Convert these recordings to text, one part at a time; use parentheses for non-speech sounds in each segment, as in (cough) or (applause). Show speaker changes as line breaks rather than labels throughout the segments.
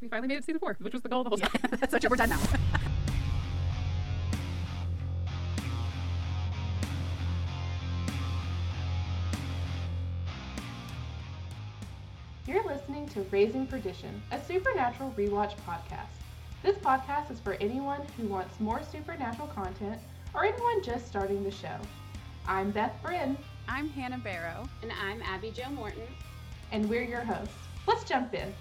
we finally made it to season four, which was the goal the whole time. so we're done now.
You're listening to Raising Perdition, a supernatural rewatch podcast. This podcast is for anyone who wants more supernatural content or anyone just starting the show. I'm Beth Bryn,
I'm Hannah Barrow.
And I'm Abby Jo Morton.
and we're your hosts. Let's jump in.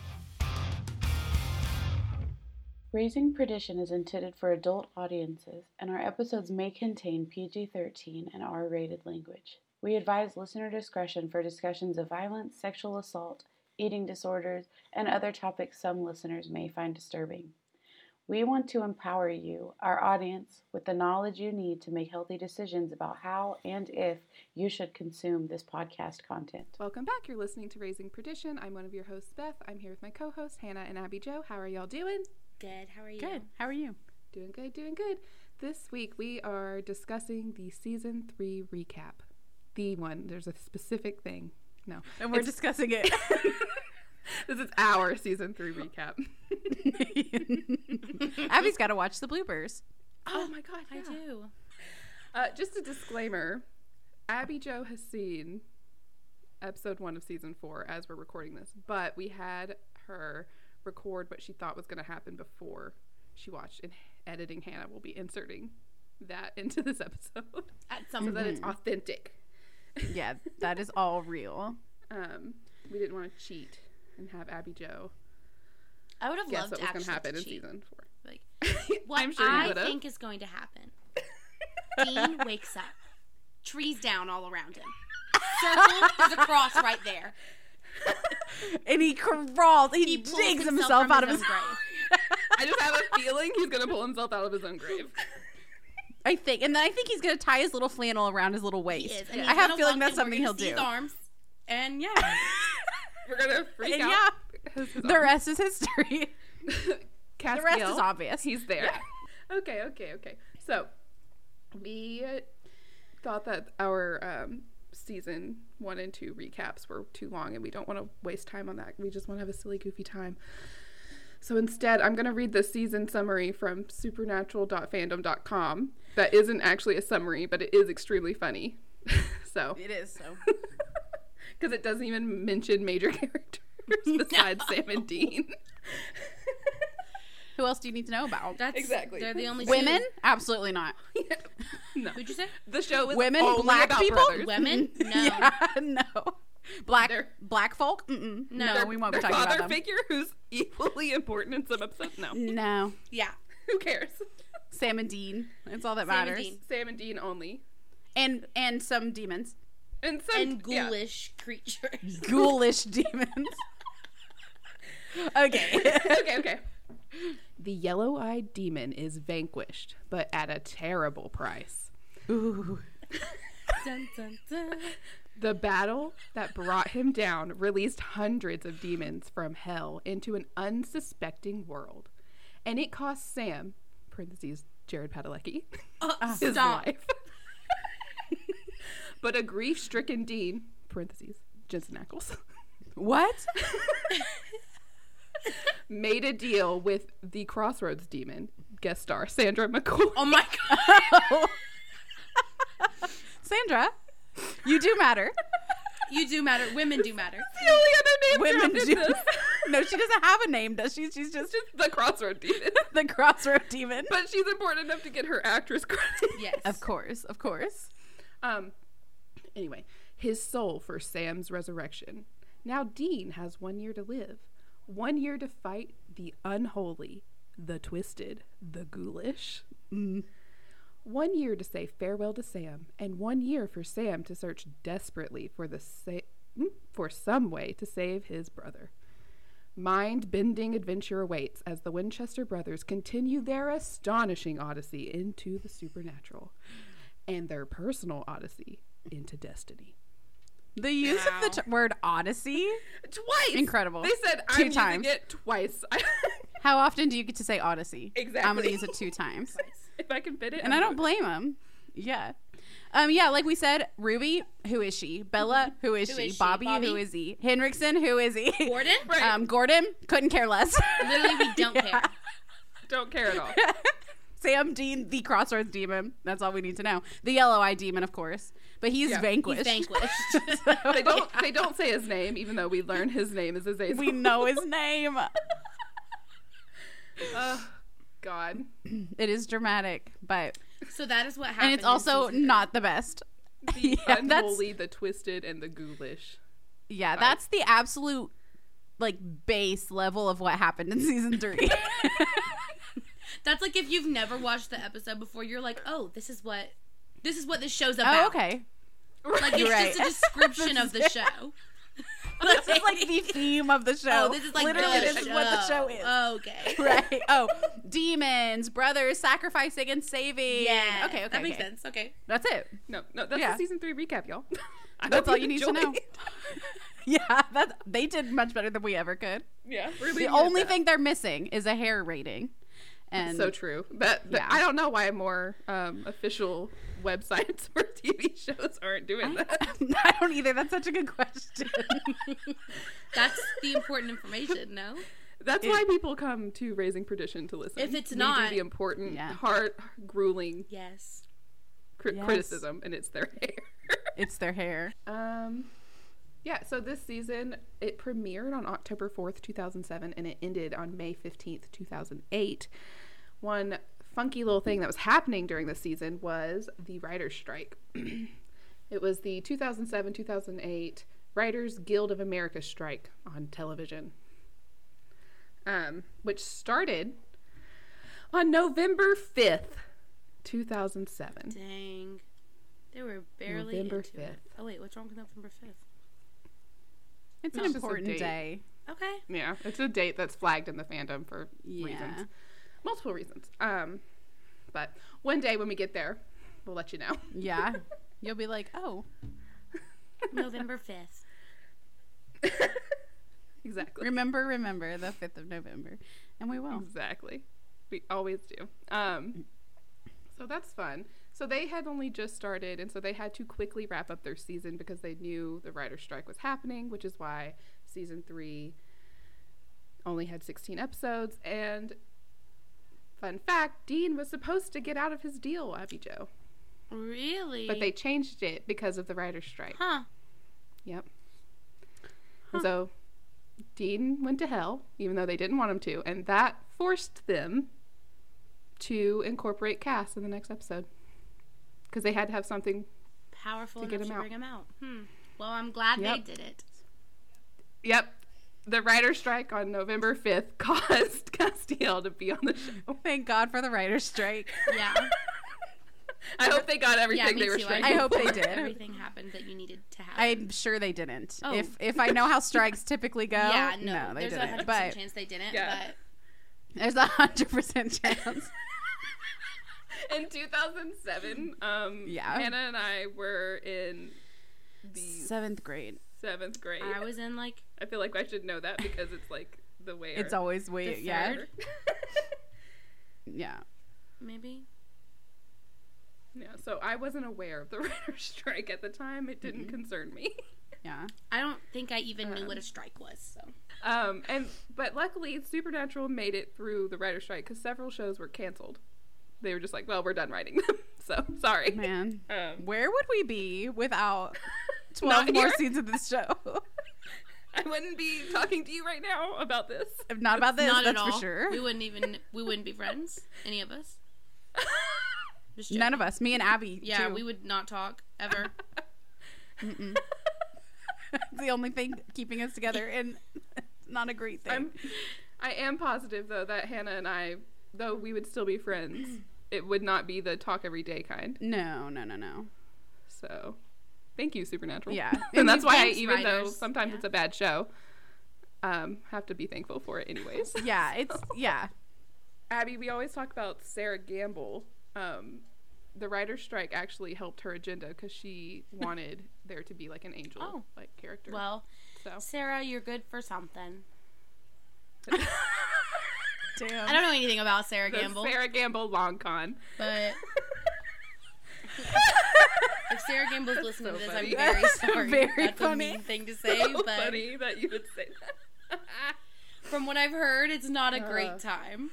Raising Perdition is intended for adult audiences, and our episodes may contain PG 13 and R rated language. We advise listener discretion for discussions of violence, sexual assault, eating disorders, and other topics some listeners may find disturbing. We want to empower you, our audience, with the knowledge you need to make healthy decisions about how and if you should consume this podcast content.
Welcome back. You're listening to Raising Perdition. I'm one of your hosts, Beth. I'm here with my co hosts, Hannah and Abby Joe. How are y'all doing?
Good. How are you?
How are you?
Doing good, doing good. This week we are discussing the season three recap. The one. There's a specific thing. (laughs) No.
and we're
It's-
discussing
(laughs)
it.
this is our season three recap.
Abby's got to watch the bloopers.
oh my god,
I do.
Uh, just a disclaimer Abby Joe has seen episode one of season four as we're recording this, but we had her record what she thought was going to happen before she watched, and editing Hannah will be inserting that (laughs) into this episode
At
so that it's authentic.
Mm-hmm. yeah, that is all real.
(laughs) Um, we didn't want to cheat and have Abby Joe
I would have
guess
loved
what was
actually
going to happen
to
in
cheat.
(laughs) season four.
Like, what
I'm sure you
I
would have.
think is going to happen. Dean wakes up, trees down all around him. Circle, there's a cross right there.
And he crawls. He,
He pulls
digs
himself,
himself,
from
out of his.
grave.
I just have a feeling he's going to pull himself out of his own grave.
I think, and then I think he's gonna tie his little flannel around his little
He
waist.
is. and he's
I have
gonna
a feeling
walk
that's
and we're
something
gonna
he'll
see
do.
His arms, and yeah,
We're
(laughs)
going to freak
And
out.
yeah,
His- his
(laughs) the rest is history. the rest
Castiel,
is obvious.
He's there. (laughs) okay, okay, okay. So we thought that our um, season one and two recaps were too long, and we don't want to waste time on that. We just want to have a silly, goofy time. So instead, I'm going to read the season summary from supernatural.fandom.com. That isn't actually a summary, but it is extremely funny. (laughs) so, (laughs)
It is so.
because it doesn't even mention major (laughs)
(laughs)
characters besides Sam and Dean.
(laughs) Who else do you need to know about?
that's
Exactly.
They're the only two.
Women? Absolutely not.
no.
Who'd you say?
The show is
Women,
only
black
about
people?
brothers.
Women? "Oh, (laughs) No.
Yeah, no. Black
They're-
black folk? Mm-mm. No,
They're-
we won't be
Their
talking
father
about them.
figure who's equally important in some episodes. No,
No,
Yeah.
who cares?
Sam and Dean. That's all that
Sam and
matters.
Dean.
Sam and Dean only,
and and some demons,
and some
And
yeah.
ghoulish creatures.
ghoulish (laughs) demons. okay.
okay, okay. The yellow-eyed demon is vanquished, but at a terrible price.
Ooh.
Dun, dun, dun.
The battle that brought him down released hundreds of demons from hell into an unsuspecting world, and it cost Sam (parentheses Jared Padalecki) (laughs) his
Uh, Stop.
life. but a grief-stricken Dean (parentheses Jensen Ackles)
What?
(laughs) made a deal with the Crossroads Demon guest star Sandra McCoy. (laughs)
Oh my god.
(laughs) Sandra, you do matter.
You do matter. Women do matter. (laughs)
the only other name
Women
dropped
do.
in this.
(laughs)
(laughs)
No, she doesn't have a name, does she? She's just
Just the Crossroad Demon,
(laughs) the crossroad demon.
but she's important enough to get her actress credit.
Yes.
Of course, of course.
Um. Anyway, his soul for Sam's resurrection. Now Dean has one year to live, one year to fight the unholy, the twisted, the ghoulish. One year to say farewell to Sam, and one year for Sam to search desperately for the sa- mm, for some way to save his brother. Mind bending adventure awaits as the Winchester brothers continue their astonishing odyssey into the supernatural and their personal odyssey into destiny.
The use of the t- word odyssey.
Twice!
Incredible.
They said
Two
I'm
times.
using it twice. (laughs)
How often do you get to say odyssey? I'm
Exactly.
(laughs)
gonna use it two times,
if I can fit it.
and I
I'm
don't
doing
blame him. Yeah.
it.
Um, yeah, like we said, Ruby, who is she? Bella, who is,
Mm-hmm. Who
she?
is she?
Bobby, who
Bobby?
is he? Henriksen, who is he? (laughs)
Gordon?
Um, Gordon, couldn't care less.
(laughs) Literally, we
(laughs)
don't care.
Don't care at all.
Sam Dean, the crossroads demon. That's all we need to know. The yellow eyed demon, of course. But he's
Yeah.
vanquished. (laughs)
vanquished. (laughs)
So-
They don't. They don't say his name, even though we learn his name is Azazel. (laughs)
we know his name.
Oh, God.
It is dramatic, but
So that is what happened.
and it's
in
also
season three.
not the best.
The
(laughs) Yeah, that's-
unholy, the twisted, and the ghoulish.
Yeah, that's the absolute like base level of what happened in
(laughs)
season three.
That's like if you've never watched the episode before, you're like, oh, this is what this is what this show's about.
oh, okay.
Like it's
You're
just a
right. (laughs)
description of the show. (laughs)
This is like the theme of the show.
oh, this is like
literally
the
this is what the show is.
Okay.
(laughs) right. Oh, demons, brothers sacrificing and saving.
Yeah.
Okay. Okay.
That makes
okay.
sense. Okay.
That's it.
No, no, that's
Yeah.
the season three recap,
(laughs)
y'all. I
That's
hope
all you need to
enjoyed.
know. (laughs) yeah, that they did much better than we ever could.
(laughs) Yeah, we're
The
leaving it at
only
that.
thing they're missing is a hair rating. And (laughs)
so true. But, but
Yeah.
I don't know why more um, official websites (laughs) or TV shows aren't doing that.
I don't either. That's such a good question. (laughs)
That's the important information, no?
That's why people come to Raising Perdition to listen.
If it's
We
not-
do the important,
Yeah.
hard, grueling
Yes.
cri-
Yes.
criticism, and it's their (laughs) hair.
it's their hair.
um, yeah. So this season it premiered on October fourth, two thousand seven, and it ended on May fifteenth, two thousand eight. One funky little thing that was happening during the season was the writers' strike. It was the 2007 2008 Writers Guild of America strike on television, um, which started on November 5th, 2007.
Dang. They were barely
November
into it.
5th.
Oh wait, what's wrong with November fifth?
It's
It's
an
just a
important
date.
day. (laughs)
Okay.
Yeah, it's a date that's flagged in the fandom for
Yeah.
reasons, multiple reasons. Um, but one day when we get there, we'll let you know.
Yeah. You'll be like, oh,
November fifth.
(laughs) Exactly.
remember, remember the 5th of November. And we will.
Exactly. We always do. Um, so that's fun. So they had only just started, and so they had to quickly wrap up their season because they knew the writer's strike was happening, which is why season three only had 16 episodes. And fun fact Dean was supposed to get out of his deal, Abby Joe,
Really?
but they changed it because of the writer's strike.
Huh.
Yep. And so Dean went to hell, even though they didn't want him to, and that forced them to incorporate Cass in the next episode because they had to have something.
Powerful
To get
enough to
him out.
bring him out. Hmm. Well, I'm glad
Yep.
they did it.
Yep. The writer's strike on November 5th (laughs) caused Castiel to be on the show. (laughs)
Thank God for the writer's strike.
Yeah.
I hope they got
yeah,
everything
me
they were
too.
striking.
I hope they
think
did.
Everything happened that you needed to happen.
I'm sure they didn't.
Oh.
If if I know how strikes typically go,
yeah, no,
no, they
there's a
didn't.
hundred
But
percent chance they didn't.
Yeah.
But
there's a hundred percent chance.
In 2007, um,
Yeah.
Hannah and I were in the
Seventh grade.
seventh grade.
(laughs) I was in like
I feel like I should know that because it's like the way
It's
our-
always way.
The
Yeah,
third?
yeah.
maybe
(laughs) Yeah, so I wasn't aware of the (laughs) writer's strike at the time. It
Mm-hmm.
didn't concern me. (laughs)
Yeah.
I don't think I even knew
Um,
what a strike was. So
Um, and but luckily, Supernatural made it through the writer's strike because several shows were canceled. They were just like, "Well, we're done writing them." (laughs) So sorry.
Man,
Um,
where would we
(laughs)
be without
Not
12 more
here.
seasons of this show?
I wouldn't be talking to you right now about this. (laughs)
if not about this,
not
(laughs) that's
at all.
for sure.
We wouldn't even we wouldn't be friends. Any of us? Just joking.
None of us, me and Abby.
Yeah,
too.
we would not talk ever.
(laughs) Mm-mm. it's the only thing keeping us together, and (laughs) it's not a great thing.
I'm, Um, I am positive though that Hannah and I, though we would still be friends,
(clears throat)
it would not be the talk every day kind.
no, no, no, no.
So, thank you, Supernatural.
Yeah.
(laughs) and that's why, I,
Thanks,
even though
writers.
sometimes
Yeah.
it's a bad show, um, have to be thankful for it (laughs) anyways.
Yeah, it's yeah.
Abby, we always talk about Sarah Gamble. Um, the writer's strike actually helped her agenda because (laughs) she wanted there to be like an angel
Oh.
like character.
Well,
so
Sarah, you're good for something.
Damn.
I don't know anything about Sarah
the
(laughs) Gamble,
Sarah Gamble long con.
but If Sarah Gamble's listening
so
to this,
funny.
I'm
(laughs)
very sorry.
Very
That's
funny.
a mean thing
(laughs)
to say,
So
but
funny that you would say (laughs) that.
from what I've heard, it's not a
Uh.
great
(laughs)
time.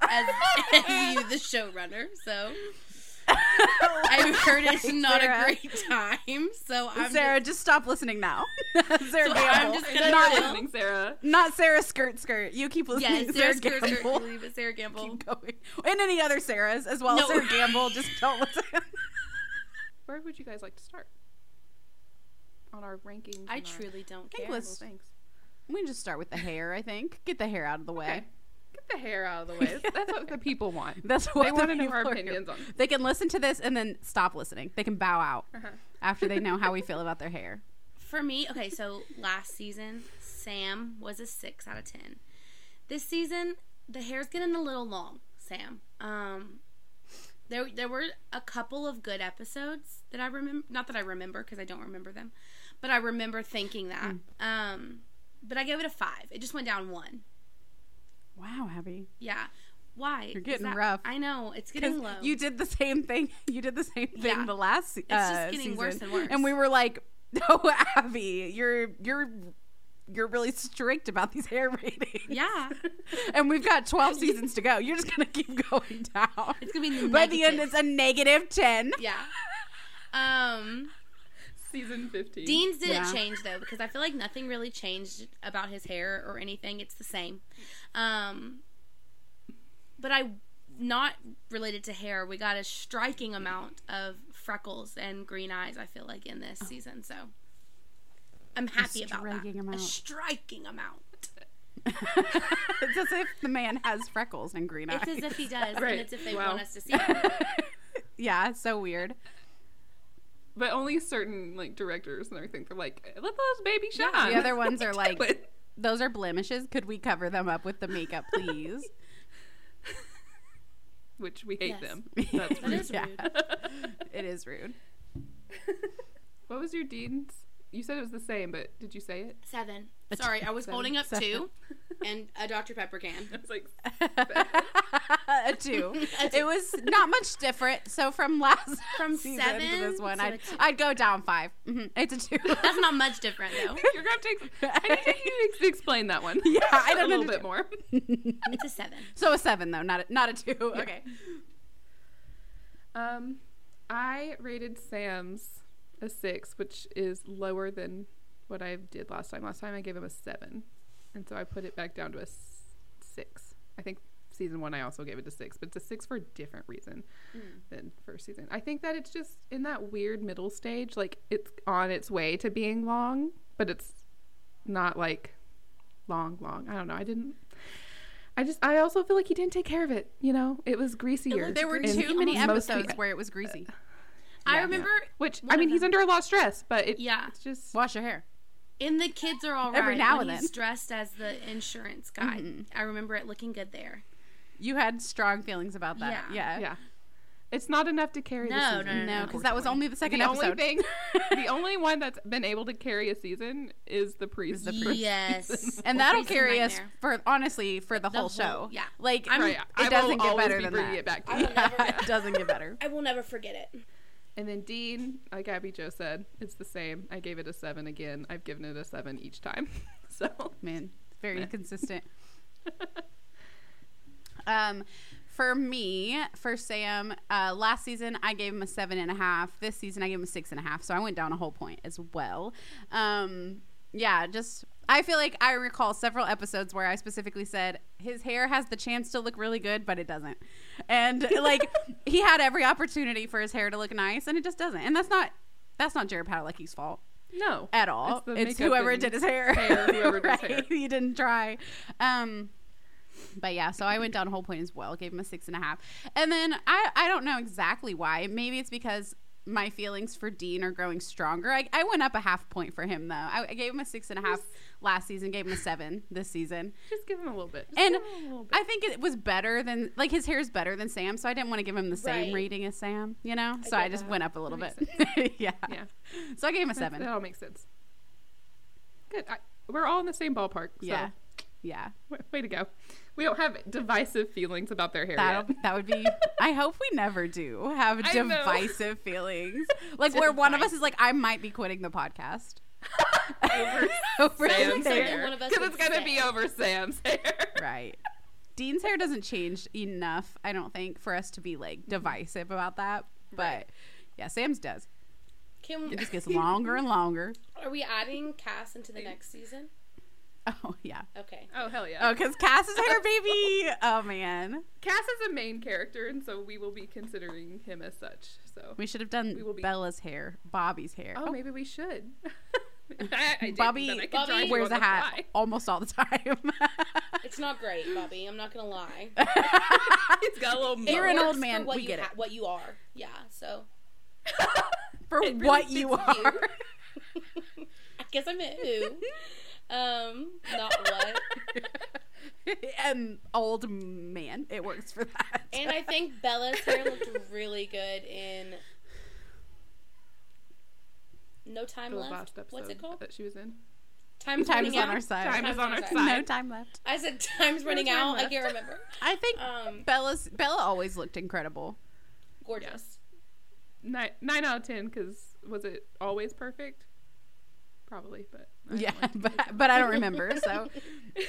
As, as you, the showrunner,
(laughs)
so I've heard it's not
Sarah.
a great time. So I'm
Sarah, just stop listening now. (laughs) Sarah
So I'm
Gamble.
just gonna-
You're
Not-
not listening, Sarah.
Not Sarah Skirt Skirt. You keep
just, yeah,
listening to
Sarah,
Sarah,
Sarah,
Gamble.
Sarah, Sarah Gamble.
(laughs) Keep going. And any other Sarahs as well.
No.
Sarah Gamble, just
(laughs)
don't listen.
Where would you guys like to start? On our rankings.
I
and our
truly don't
think
care.
let's-
little things.
we can just start with the hair, I think. Get the hair out of the way.
Okay. Get the hair out of the way. That's what the people want.
(laughs) That's what
They
the
want to know our
people are-
opinions on.
They can listen to this and then stop listening. They can bow out
Uh-huh.
after they
(laughs)
know how we feel about their hair.
For me, okay, so last season, Sam was a 6 out of 10. This season, the hair's getting a little long, Sam. Um there there were a couple of good episodes that I remember, not that I remember because I don't remember them, but I remember thinking that.
Hmm.
Um but I gave it a 5. It just went down 1.
Wow, Abby.
Yeah. Why?
You're
is
getting
that-
rough.
I know, it's
'Cause
getting low.
You did the same thing. (laughs) You did the same thing
Yeah.
the last se- uh,
just getting
season.
worse and worse.
And we were like, (laughs) "Oh, Abby, you're you're you're really strict about these hair (laughs) ratings."
yeah.
And we've got 12 seasons to go. You're just going to keep (laughs) going down.
It's going to be
By the end
negative.
it's a negative 10.
Yeah. Um
(laughs) Season 15.
Dean's didn't
Yeah.
change though because I feel like nothing really changed about his hair or anything. It's the same. Um, but I, not related to hair, we got a striking amount of freckles and green eyes. I feel like in this season, so I'm happy about that.
striking
A
amount.
striking amount.
It's as if the man has freckles and green eyes.
It's as if he does,
Right.
and it's if they
Wow.
want us to (laughs) see. It.
(laughs) yeah, it's so weird.
But only certain like directors and everything. They're like, let those baby shine.
The
(laughs)
other
(laughs)
ones are like,
But
those are blemishes. Could we cover them up with the makeup, please?
which we hate
Yes.
(laughs)
them. That's
That
rude. (laughs)
is
Yeah.
rude.
It is rude.
What was your Dean's? You said it was the same, but did you say it?
Seven. Sorry, I was
Seven.
holding up
Seven.
two, and a Dr Pepper can. (laughs)
It's
(laughs)
like
a two. It was not much different. So from last
(laughs) From
season
seven
to this one,
to a
I'd,
two.
I'd go down five. Mhm. It's a two.
That's not much different though.
you're gonna have to. Ex- I need you to explain that one.
Yeah, I
(laughs)
don't
a little
know.
bit more.
It's a seven.
(laughs) So a seven though, not a, not a two. Okay.
Um, I rated Sam's a six, which is lower than what I did last time. Last time I gave him a seven, and so I put it back down to a s- six. I think season one I also gave it a six, but it's a six for a different reason
Mm.
than first season. I think that it's just in that weird middle stage, like it's on its way to being long, but it's not like long, long. I don't know. I didn't. I just. I also feel like he didn't take care of it. You know, it was greasier.
There were
in
too many
most
episodes
people.
where it was greasy.
I remember
Which
One
I
of
mean, he's
them.
under a lot of stress, but it,
Yeah.
it's just
Wash your hair.
in the kids are all right.
Every now
when
and
he's
then. Mm-hmm.
dressed as the insurance guy. I remember it looking good there.
You had strong feelings about that. Yeah.
Yeah.
yeah. It's not enough to carry. the
No,
season,
no, no,
No, because that was only the second
The
episode.
only thing,
(laughs)
the only one that's been able to carry a season is the priest.
Yes,
(laughs) and
Well,
that'll
Freeze is a
carry us
nightmare.
for honestly for the, whole,
whole-
show.
yeah.
Like
I'm-
Right.
it
I will
doesn't get
always
better
be
than
bringing
that.
it back to you.
(laughs) Yeah, it doesn't get better.
I will never forget it.
And then Dean, like Abby Joe said, it's the same. I gave it a seven again. I've given it a seven each time. (laughs) So
Man, very consistent. um, for me, for Sam, uh, last season I gave him a seven and a half. This season I gave him a six and a half. So I went down a whole point as well. Um, yeah, just I feel like I recall several episodes where I specifically said his hair has the chance to look really good, but it doesn't. And like he had every opportunity for his hair to look nice, and it just doesn't. And that's not that's not Jared Padalecki's fault
no,
at all.
the
It's,
makeup
whoever
and-
did his hair.
hair,
(laughs)
whoever did his hair.
He didn't try. Um, but yeah, so I went down a whole point as well. Gave him a six and a half, and then I I don't know exactly why. Maybe it's because my feelings for Dean are growing stronger. I, I went up a half point for him though. I, I gave him a six and a half last season. Gave him a seven this season,
Just give him a little bit. Just
and
give him Oh, a little bit.
I think it was better than like his hair is better than Sam. So I didn't want to give him the same
Right.
rating as Sam. You know, so I just went up a little bit. (laughs) yeah.
yeah,
So I gave him a seven.
that all makes sense. Good. I, we're all in the same ballpark. So
Yeah. Yeah.
w- (laughs) way to go. We don't have divisive feelings about their hair.
That
yet.
that would be. I hope we never do have
(laughs) I know.
divisive
(laughs)
feelings, like where one of us is like, I might be quitting the podcast over, (laughs) over
Sam's
there.
Something one
hair.
of us
Because
would
it's going to
say.
be over Sam's hair.
Right. Dean's hair doesn't change enough, I don't think, for us to be
Mm-hmm.
like divisive about that. But yeah, Sam's does.
Can
It
(laughs)
just gets longer and longer.
are we adding Cass into the next season?
Oh yeah.
Okay.
Oh, hell yeah.
(laughs) Oh, because Cass
(laughs)
is hair baby. Oh man,
Cass is a main character, and so we will be considering him as such. So,
we should have
We
done
will be-
Bella's hair, Bobby's hair.
oh, maybe we should. (laughs) I, I did,
Bobby-
then I could
Bobby
join you
wears
on
a
the
hat
fly.
almost all
(laughs)
the time. (laughs)
It's not great, Bobby. I'm not gonna lie.
He's got a (laughs) little
It
You're an
works
old
for
man,
What
we
you
get it.
ha- What you are. Yeah. So (laughs)
(laughs) for
It really
what you
fits you.
are.
I guess I meant
(laughs)
who. um. Not what.
(laughs) An old man. It works for that.
And I think Bella's hair looked really good in No Time
the
Left.
last episode
What's it called?
that she was in.
Time's,
(laughs) Time
running
is on
out.
our side. Time
is on our side.
(laughs) no time left.
I said
(laughs)
time's running
Time
out. I
Left.
can't remember.
I think
Um,
Bella's Bella always looked incredible.
Gorgeous.
Nine, nine out of ten, because was it always perfect? Probably, but I
yeah,
don't like
but, but I don't remember. So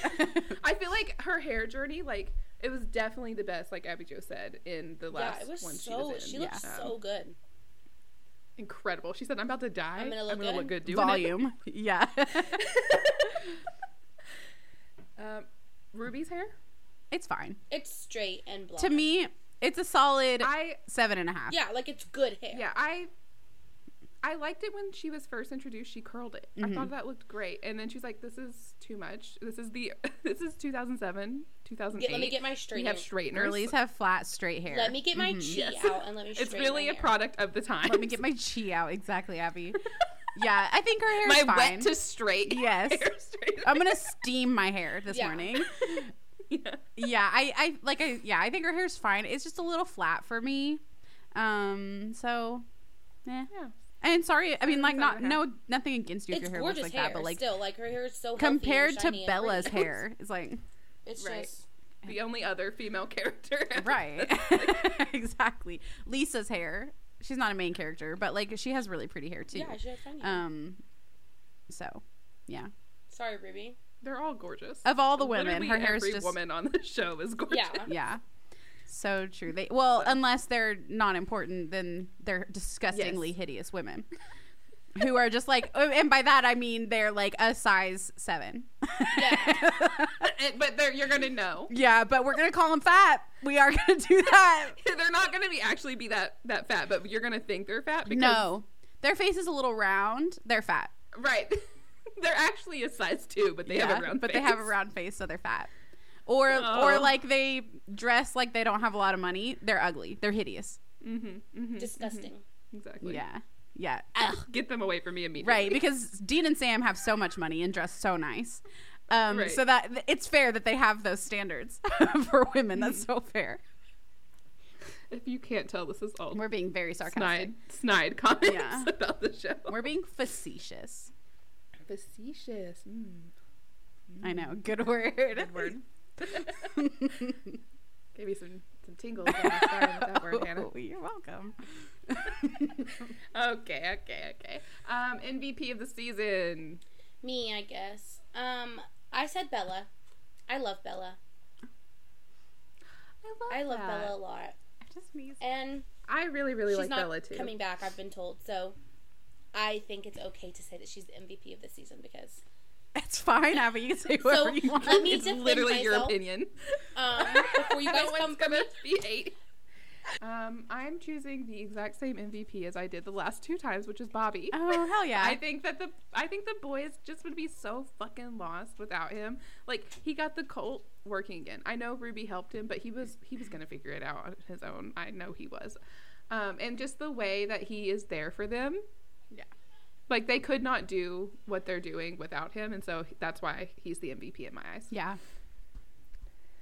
(laughs)
I feel like her hair journey, like it was definitely the best, like Abby Jo said in the last
Yeah, it was
one she
so.
was in.
She, looked
Um,
so good.
incredible. She said, "I'm about to die.
I'm gonna look good."
look good (laughs) doing it."
volume. Yeah. (laughs)
Um, Ruby's hair.
it's fine.
It's straight and blonde.
To me, it's a solid
I
seven and a half.
yeah, like it's good hair.
yeah I. I liked it when she was first introduced. She curled it. I
Mm-hmm.
thought that looked great, and then she's like, "This is too much. This is the (laughs) this is 2007, 2008.
Get, let me get my straight.
we have straighteners.
Girlies have flat, straight hair. Mm-hmm,
Let me get my chi
Yes.
out
(laughs)
and let me.
it's
straighten
really
my
a
hair.
product of the time.
Let me get my chi out. Exactly, Abby. yeah, I think her
(laughs)
hair
my
is fine.
wet to straight. (laughs)
Yes.
hair straightener.
I'm gonna steam my hair this
Yeah.
morning.
Yeah.
Yeah, I, I like I yeah, I think her hair's fine. It's just a little flat for me. Um, so eh.
Yeah.
And sorry, I mean like
Seven
not
and a
no nothing against you if
It's
your hair
gorgeous
looks like
hair.
that, but like
still, like her hair is so healthy and
compared to
shiny and
Bella's
pretty. (laughs)
hair, it's like
It's
Right.
just
The only other female character.
right. (laughs) exactly. Lisa's hair. She's not a main character, but like she has really pretty hair too.
yeah. I should have found you.
um so yeah.
Sorry, Ruby.
They're all gorgeous.
Of all the women,
Literally
her hair is
every
just
woman on the show is gorgeous. (laughs)
Yeah.
Yeah. So true. They well, unless they're not important, then they're disgustingly
Yes.
hideous women who are just like, oh, and by that I mean they're like a size seven. Yeah,
And- but they're, you're gonna know. (laughs)
but we're gonna call them fat. We are gonna do that.
They're not gonna be actually be that that fat, but you're gonna think they're fat because
no, their face is a little round. They're fat.
right. (laughs) they're actually a size two, but they have a round.
but they have a
face.
round face, so they're fat. Or
Oh.
or like they dress like they don't have a lot of money. They're ugly. They're hideous. mm-hmm,
Disgusting.
Exactly.
yeah, yeah. Ugh.
Get them away from me immediately.
Right, because Dean and Sam have so much money and dress so nice. Um,
Right.
So that th- it's fair that they have those standards (laughs) for women. That's
Mm-hmm.
so fair.
If you can't tell, this is all
We're being very sarcastic.
snide snide comments
Yeah.
(laughs) about the show.
We're being facetious.
facetious.
Mm. I know. Good word. Good
Mm-hmm. word.
(laughs)
Oh, Gave me some some tingles when I started with that word,
(laughs)
Hannah.
You're welcome.
Okay, okay, okay. Um, MVP of the season.
Me, I guess. Um, I said Bella. I love Bella. I love
that.
Bella a lot,
I just sneezed.
and
I really, really
she's
like
not
Bella too.
coming back. I've been told so. I think it's okay to say that she's the MVP of the season because
It's fine, Abby. You can say whatever you want.
let me
it's
defend
literally your
myself.
opinion.
Um,
(laughs)
before you guys
no
come,
one's gonna be eight. Um, I'm choosing the exact same MVP as I did the last two times, which is Bobby.
Oh hell yeah!
I think that the I think the boys just would be so fucking lost without him. Like he got the cult working again. I know Ruby helped him, but he was he was gonna figure it out on his own. I know he was. Um, and just the way that he is there for them.
Yeah.
Like they could not do what they're doing without him, and so that's why he's the MVP in my eyes.
yeah.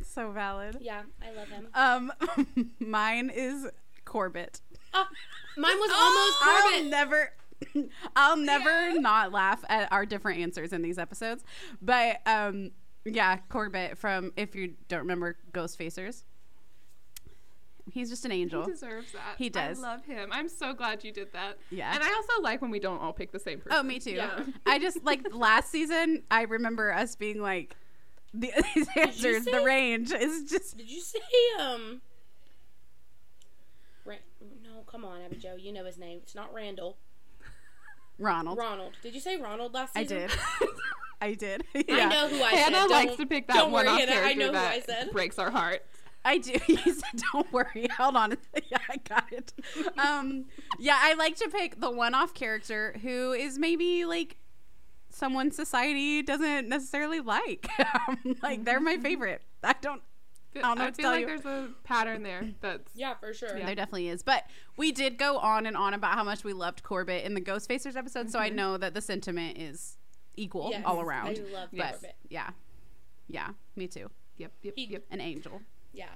So valid.
yeah, I love
Uh,
him.
Um, (laughs) mine is Corbett.
Ah, mine was
oh,
almost
I'll
Corbin.
never, (clears throat) I'll never not laugh at our different answers in these episodes. But um, Yeah, Corbett from if you don't remember Ghost Facers. He's just an angel.
He deserves that.
He does.
I love him. I'm so glad you did that.
Yeah.
And I also like when we don't all pick the same person.
Oh, me too.
Yeah.
I just like (laughs) last season. I remember us being like, (laughs) the these answers, the
say-
range is just.
Did you say um? Ran- no, come on, Abby Joe. You know his name. It's not Randall.
Ronald.
Ronald. Did you say Ronald last
I
season? (laughs)
did. I did.
I
Yeah.
know who I
(laughs)
said.
Hannah
Don't-
likes to pick that
don't
one
worry,
off
Hannah, I
character
know who
that (laughs)
I said.
breaks our heart.
I do. (laughs) He said, "Don't worry, hold on." (laughs) yeah, I got it. Um, yeah, I like to pick the one-off character who is maybe like someone society doesn't necessarily like. (laughs) Um, like they're
Mm-hmm.
my favorite. I don't.
I
don't know what to
feel
tell
like
you.
there's a pattern (laughs) there. That's
Yeah, for sure.
There definitely is, but we did go on and on about how much we loved Corbett in the Ghost Facers episode, so I know that the sentiment is equal
Mm-hmm. Yes,
all around.
I love
but
Corbett.
yeah, yeah, me too.
yep, yep,
He-
yep.
An angel.
Yeah.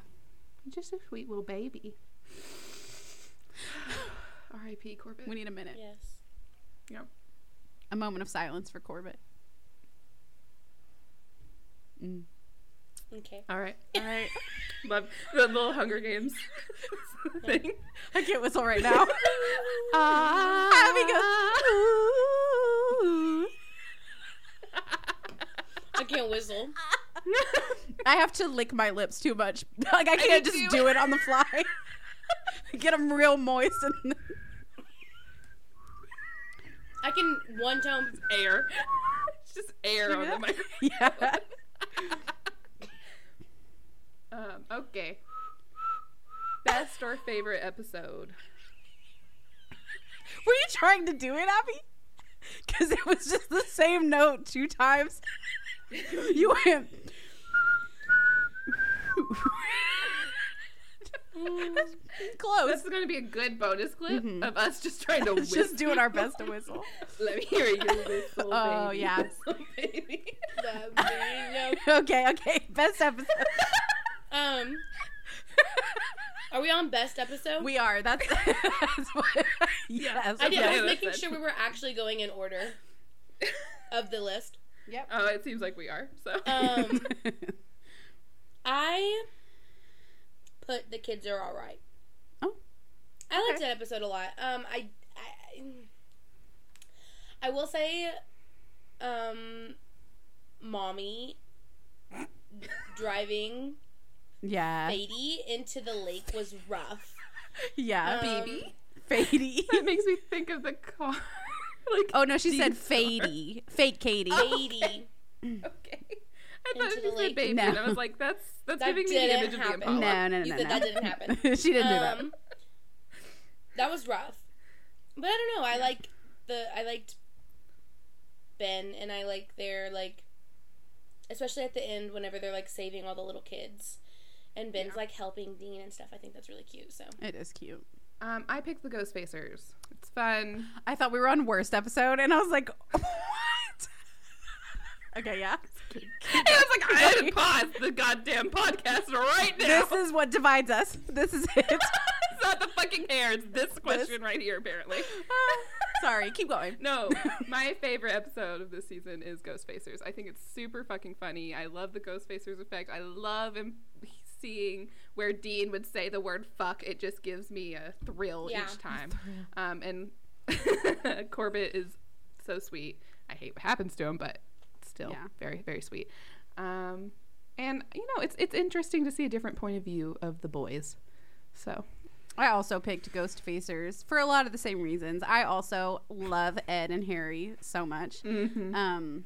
Just a sweet little baby. (sighs) R.I.P. Corbett.
We need a minute,
Yes.
Yep.
a moment of silence for Corbett. (laughs)
Okay.
All right. (laughs)
All right.
Love the little Hunger Games (laughs) thing.
I can't whistle
(laughs)
right now.
Uh,
Abby goes. "Ooh."
I can't whistle.
I have to lick my lips too much. (laughs) Like I can't just do it on the fly. (laughs) Get them real moist and
I can one tone.
air. (laughs) It's just air
(laughs)
on the (laughs) microphone.
yeah.
(laughs) Um, okay. Best or favorite episode?
Were you trying to do it, Abby? Because it was just the same note two times. you went. (laughs)
This
Close.
is going to be a good bonus clip of us Mm-hmm. (laughs) just trying to whistle.
Just doing our best to whistle.
Let me hear you whistle,
Oh,
baby. (laughs)
yeah.
Whistle, baby.
(laughs) okay, okay. Best episode. (laughs)
Um. Are we on best episode?
we are. That's, (laughs) that's what. Yes.
I did. I
Yeah,
was
that's
making
it.
sure we were actually going in order of the list.
Oh, it seems like we are. So. (laughs)
Um. I put the kids are all right.
Oh.
I liked that episode a lot. Um, I, I, I will say, um, mommy driving
(laughs) yeah.
Beatty into the lake was rough. Um,
Yeah.
Baby?
Fady.
(laughs)
That makes me think of the car. (laughs) like,
Oh, no, she said Fady. Fake Katie.
Oh. Beatty,
okay. I thought
Into
it
the
just
lake.
said baby,
No.
and I was like, that's that's
That
giving me the
didn't
image
happen.
of the
no,
Impala.
no, no,
You
no.
said
no.
that didn't happen.
(laughs) she didn't do that.
um, that was rough. But I don't know. I like the I liked Ben and I like their like especially at the end whenever they're like saving all the little kids and Ben's like helping Dean and stuff. I think that's really cute. So
It is cute.
Um, I picked the Ghost Facers. It's (laughs) fun.
I thought we were on worst episode, and I was like, (laughs) what? okay, yeah.
I was like, I had to pause the goddamn podcast right now.
This is what divides us. This is
(laughs)
it. (laughs)
it's not the fucking hair. It's this question right here, apparently.
Sorry, keep going.
No, my favorite episode of this season is Ghost Facers. I think it's super fucking funny. I love the Ghost Facers effect. I love him seeing where Dean would say the word fuck. It just gives me a thrill
Yeah.
each time. Um, and (laughs) Corbett is so sweet. I hate what happens to him, but still
Yeah.
very, very sweet. Um, and you know, it's it's interesting to see a different point of view of the boys. So
I also picked Ghost Facers for a lot of the same reasons. I also love Ed and Harry so much. Um,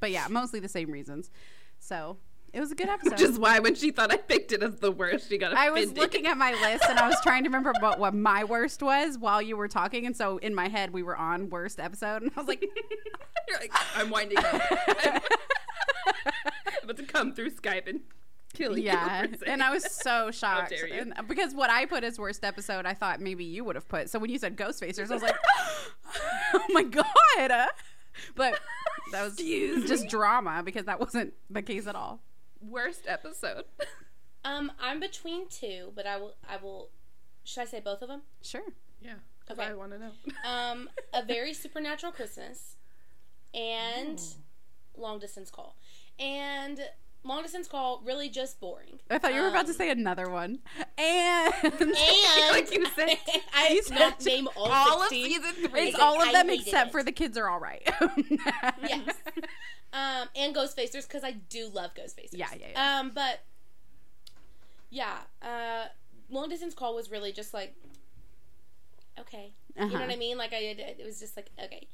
but yeah, mostly the same reasons. So it was a good episode.
Which is why when she thought I picked it as the worst, she got
I
offended.
was looking at my list and I was trying to remember what, what my worst was while you were talking. And so in my head, we were on worst episode. (laughs) And I was like,
(laughs) You're like, I'm winding up. (laughs) I'm about to come through Skype and kill (laughs) you.
yeah.
for saying
And I was so shocked.
dare you.
And- uh, because what I put as worst episode, I thought maybe you would have put. So when you said Ghost Facers, I was like, (laughs) oh my God. (laughs) But that was just drama because that wasn't the case at all.
worst episode.
um I'm between two, but I will I will should I say both of them?
Sure.
Yeah,
'cause Okay. I
I want to know. (laughs)
Um A Very Supernatural Christmas and Long Distance Call. And long distance call, really just
(laughs)
boring.
I thought you were about to
Um,
say another one. And, (laughs) like you said,
(laughs) I
you
did
said (laughs)
not name all,
all of
16.
season three. It's
Because
all of
I
them
hated
except
it.
(laughs) for the kids are all right.
Yes. um, and Ghostfacers because I do love Ghostfacers.
Yeah, yeah, yeah.
Um, but yeah, uh, long distance call was really just like okay,
Uh-huh.
you know what I mean? Like I, it was just like okay,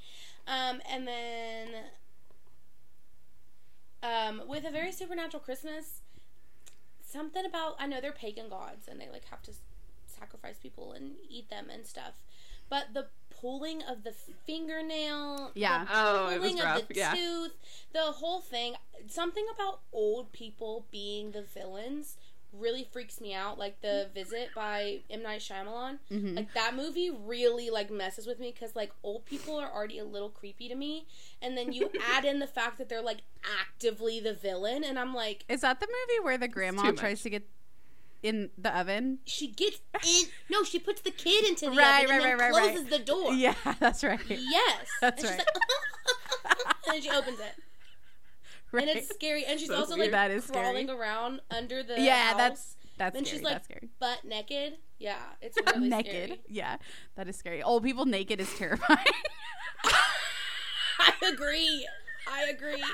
um, and then um, with a very supernatural Christmas, something about I know they're pagan gods and they like have to s- sacrifice people and eat them and stuff, but the pulling of the fingernail, the
Yeah.
Oh, it was
pulling of
rough.
the
Yeah.
tooth, the whole thing. Something about old people being the villains really freaks me out. Like the visit by M Night Shyamalan,
Mm-hmm.
Mhm.
like that movie really like messes with me because like old people are already a little creepy to me, and
(laughs)
then you add in the fact that they're like actively the villain, and I'm like,
Is that the movie where the grandma
too
tries to get in the oven?
she
(laughs)
gets in. No, she puts the kid into the
Right,
oven and
right, right,
then
right, right.
closes the door.
(laughs) Yeah, that's right.
Yes,
(laughs) That's
and she's
right.
like, and then she opens
(laughs)
it.
right.
"Oh, And it's scary. And she's
So
also like
weird.
That is scary.
crawling around under the
Yeah,
house,
that's- that's
and
scary.
she's like,
that's scary.
butt naked. Yeah,
(laughs)
it's really
naked.
scary. (laughs)
Yeah, that is scary. Old people naked is terrifying.
I agree. I
(laughs)
agree.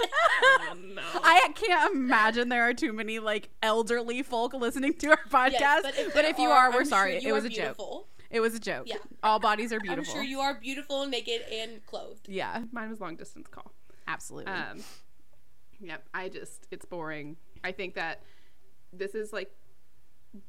Oh, no.
I can't imagine there are too many like elderly folk listening to our podcast.
Yes,
but if,
there
you are, we're
I'm
sorry.
sure you
it was
are
a joke.
beautiful.
It was a joke.
Yeah.
All bodies are
(laughs)
beautiful.
I'm sure you are beautiful, naked, and clothed.
yeah,
Mine was long distance call.
absolutely.
Uh,
Um, yep. I just it's boring. I think that this is like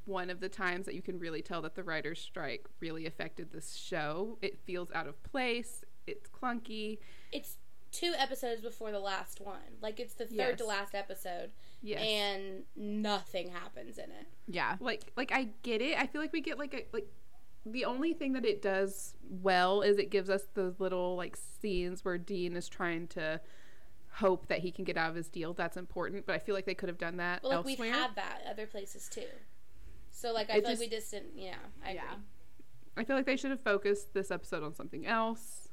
one of the times that you can really tell that the writers' strike really affected this show. It feels out of place. It's clunky.
It's two episodes before the last one. Like it's the third
Yes.
to last episode,
Yes.
and nothing happens in it.
yeah.
like like I get it. I feel like we get like a like the only thing that it does well is it gives us those little like scenes where Dean is trying to hope that he can get out of his deal. That's important, but I feel like they could have done that
But like
elsewhere.
we've had that other places too. So like I
It
feel
just-
like we just didn't. Yeah, I agree.
Yeah.
I feel like they should have focused this episode on something else.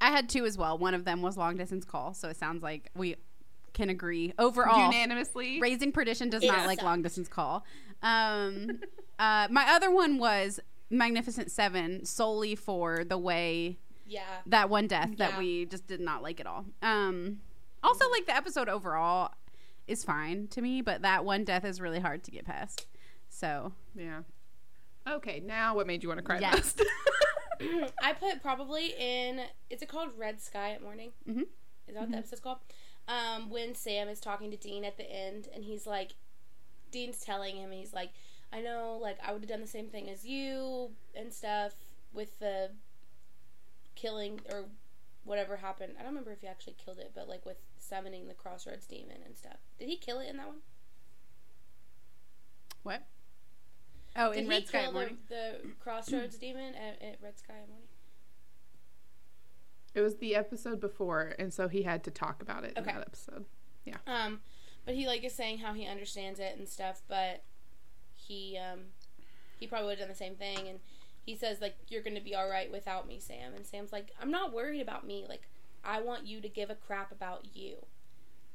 I had two as well. One of them was long distance call, so it sounds like we can agree overall.
Unanimously,
(laughs) Raising Perdition does
It
not like
sucks.
long distance call. Um, (laughs) uh, my other one was Magnificent Seven, solely for the way
Yeah.
(clears throat) that one death that
Yeah.
we just did not like at all. Um, also, like the episode overall is fine to me, but that one death is really hard to get past. So
yeah. Okay, now what made you want to cry
Yes.
last?
I put probably in. Is it called Red Sky at Morning?
Mhm.
Is that what the episode's called? Um, when Sam is talking to Dean at the end, and he's like, Dean's telling him, he's like, I know, like I would have done the same thing as you and stuff with the killing or whatever happened. I don't remember if he actually killed it, but like with summoning the Crossroads Demon and stuff. Did he kill it in that one?
(laughs) what? Oh,
Did
in
he
Red Sky
kill
at Morning.
the, the Crossroads Demon at, at Red Sky at Morning?
(laughs) it was the episode before, and so he had to talk about it in
Okay.
that episode.
Um, but he like is saying how he understands it and stuff, but he um he probably would have done the same thing and he says like you're gonna be alright without me, Sam and Sam's like, I'm not worried about me, like I want you to give a crap about you.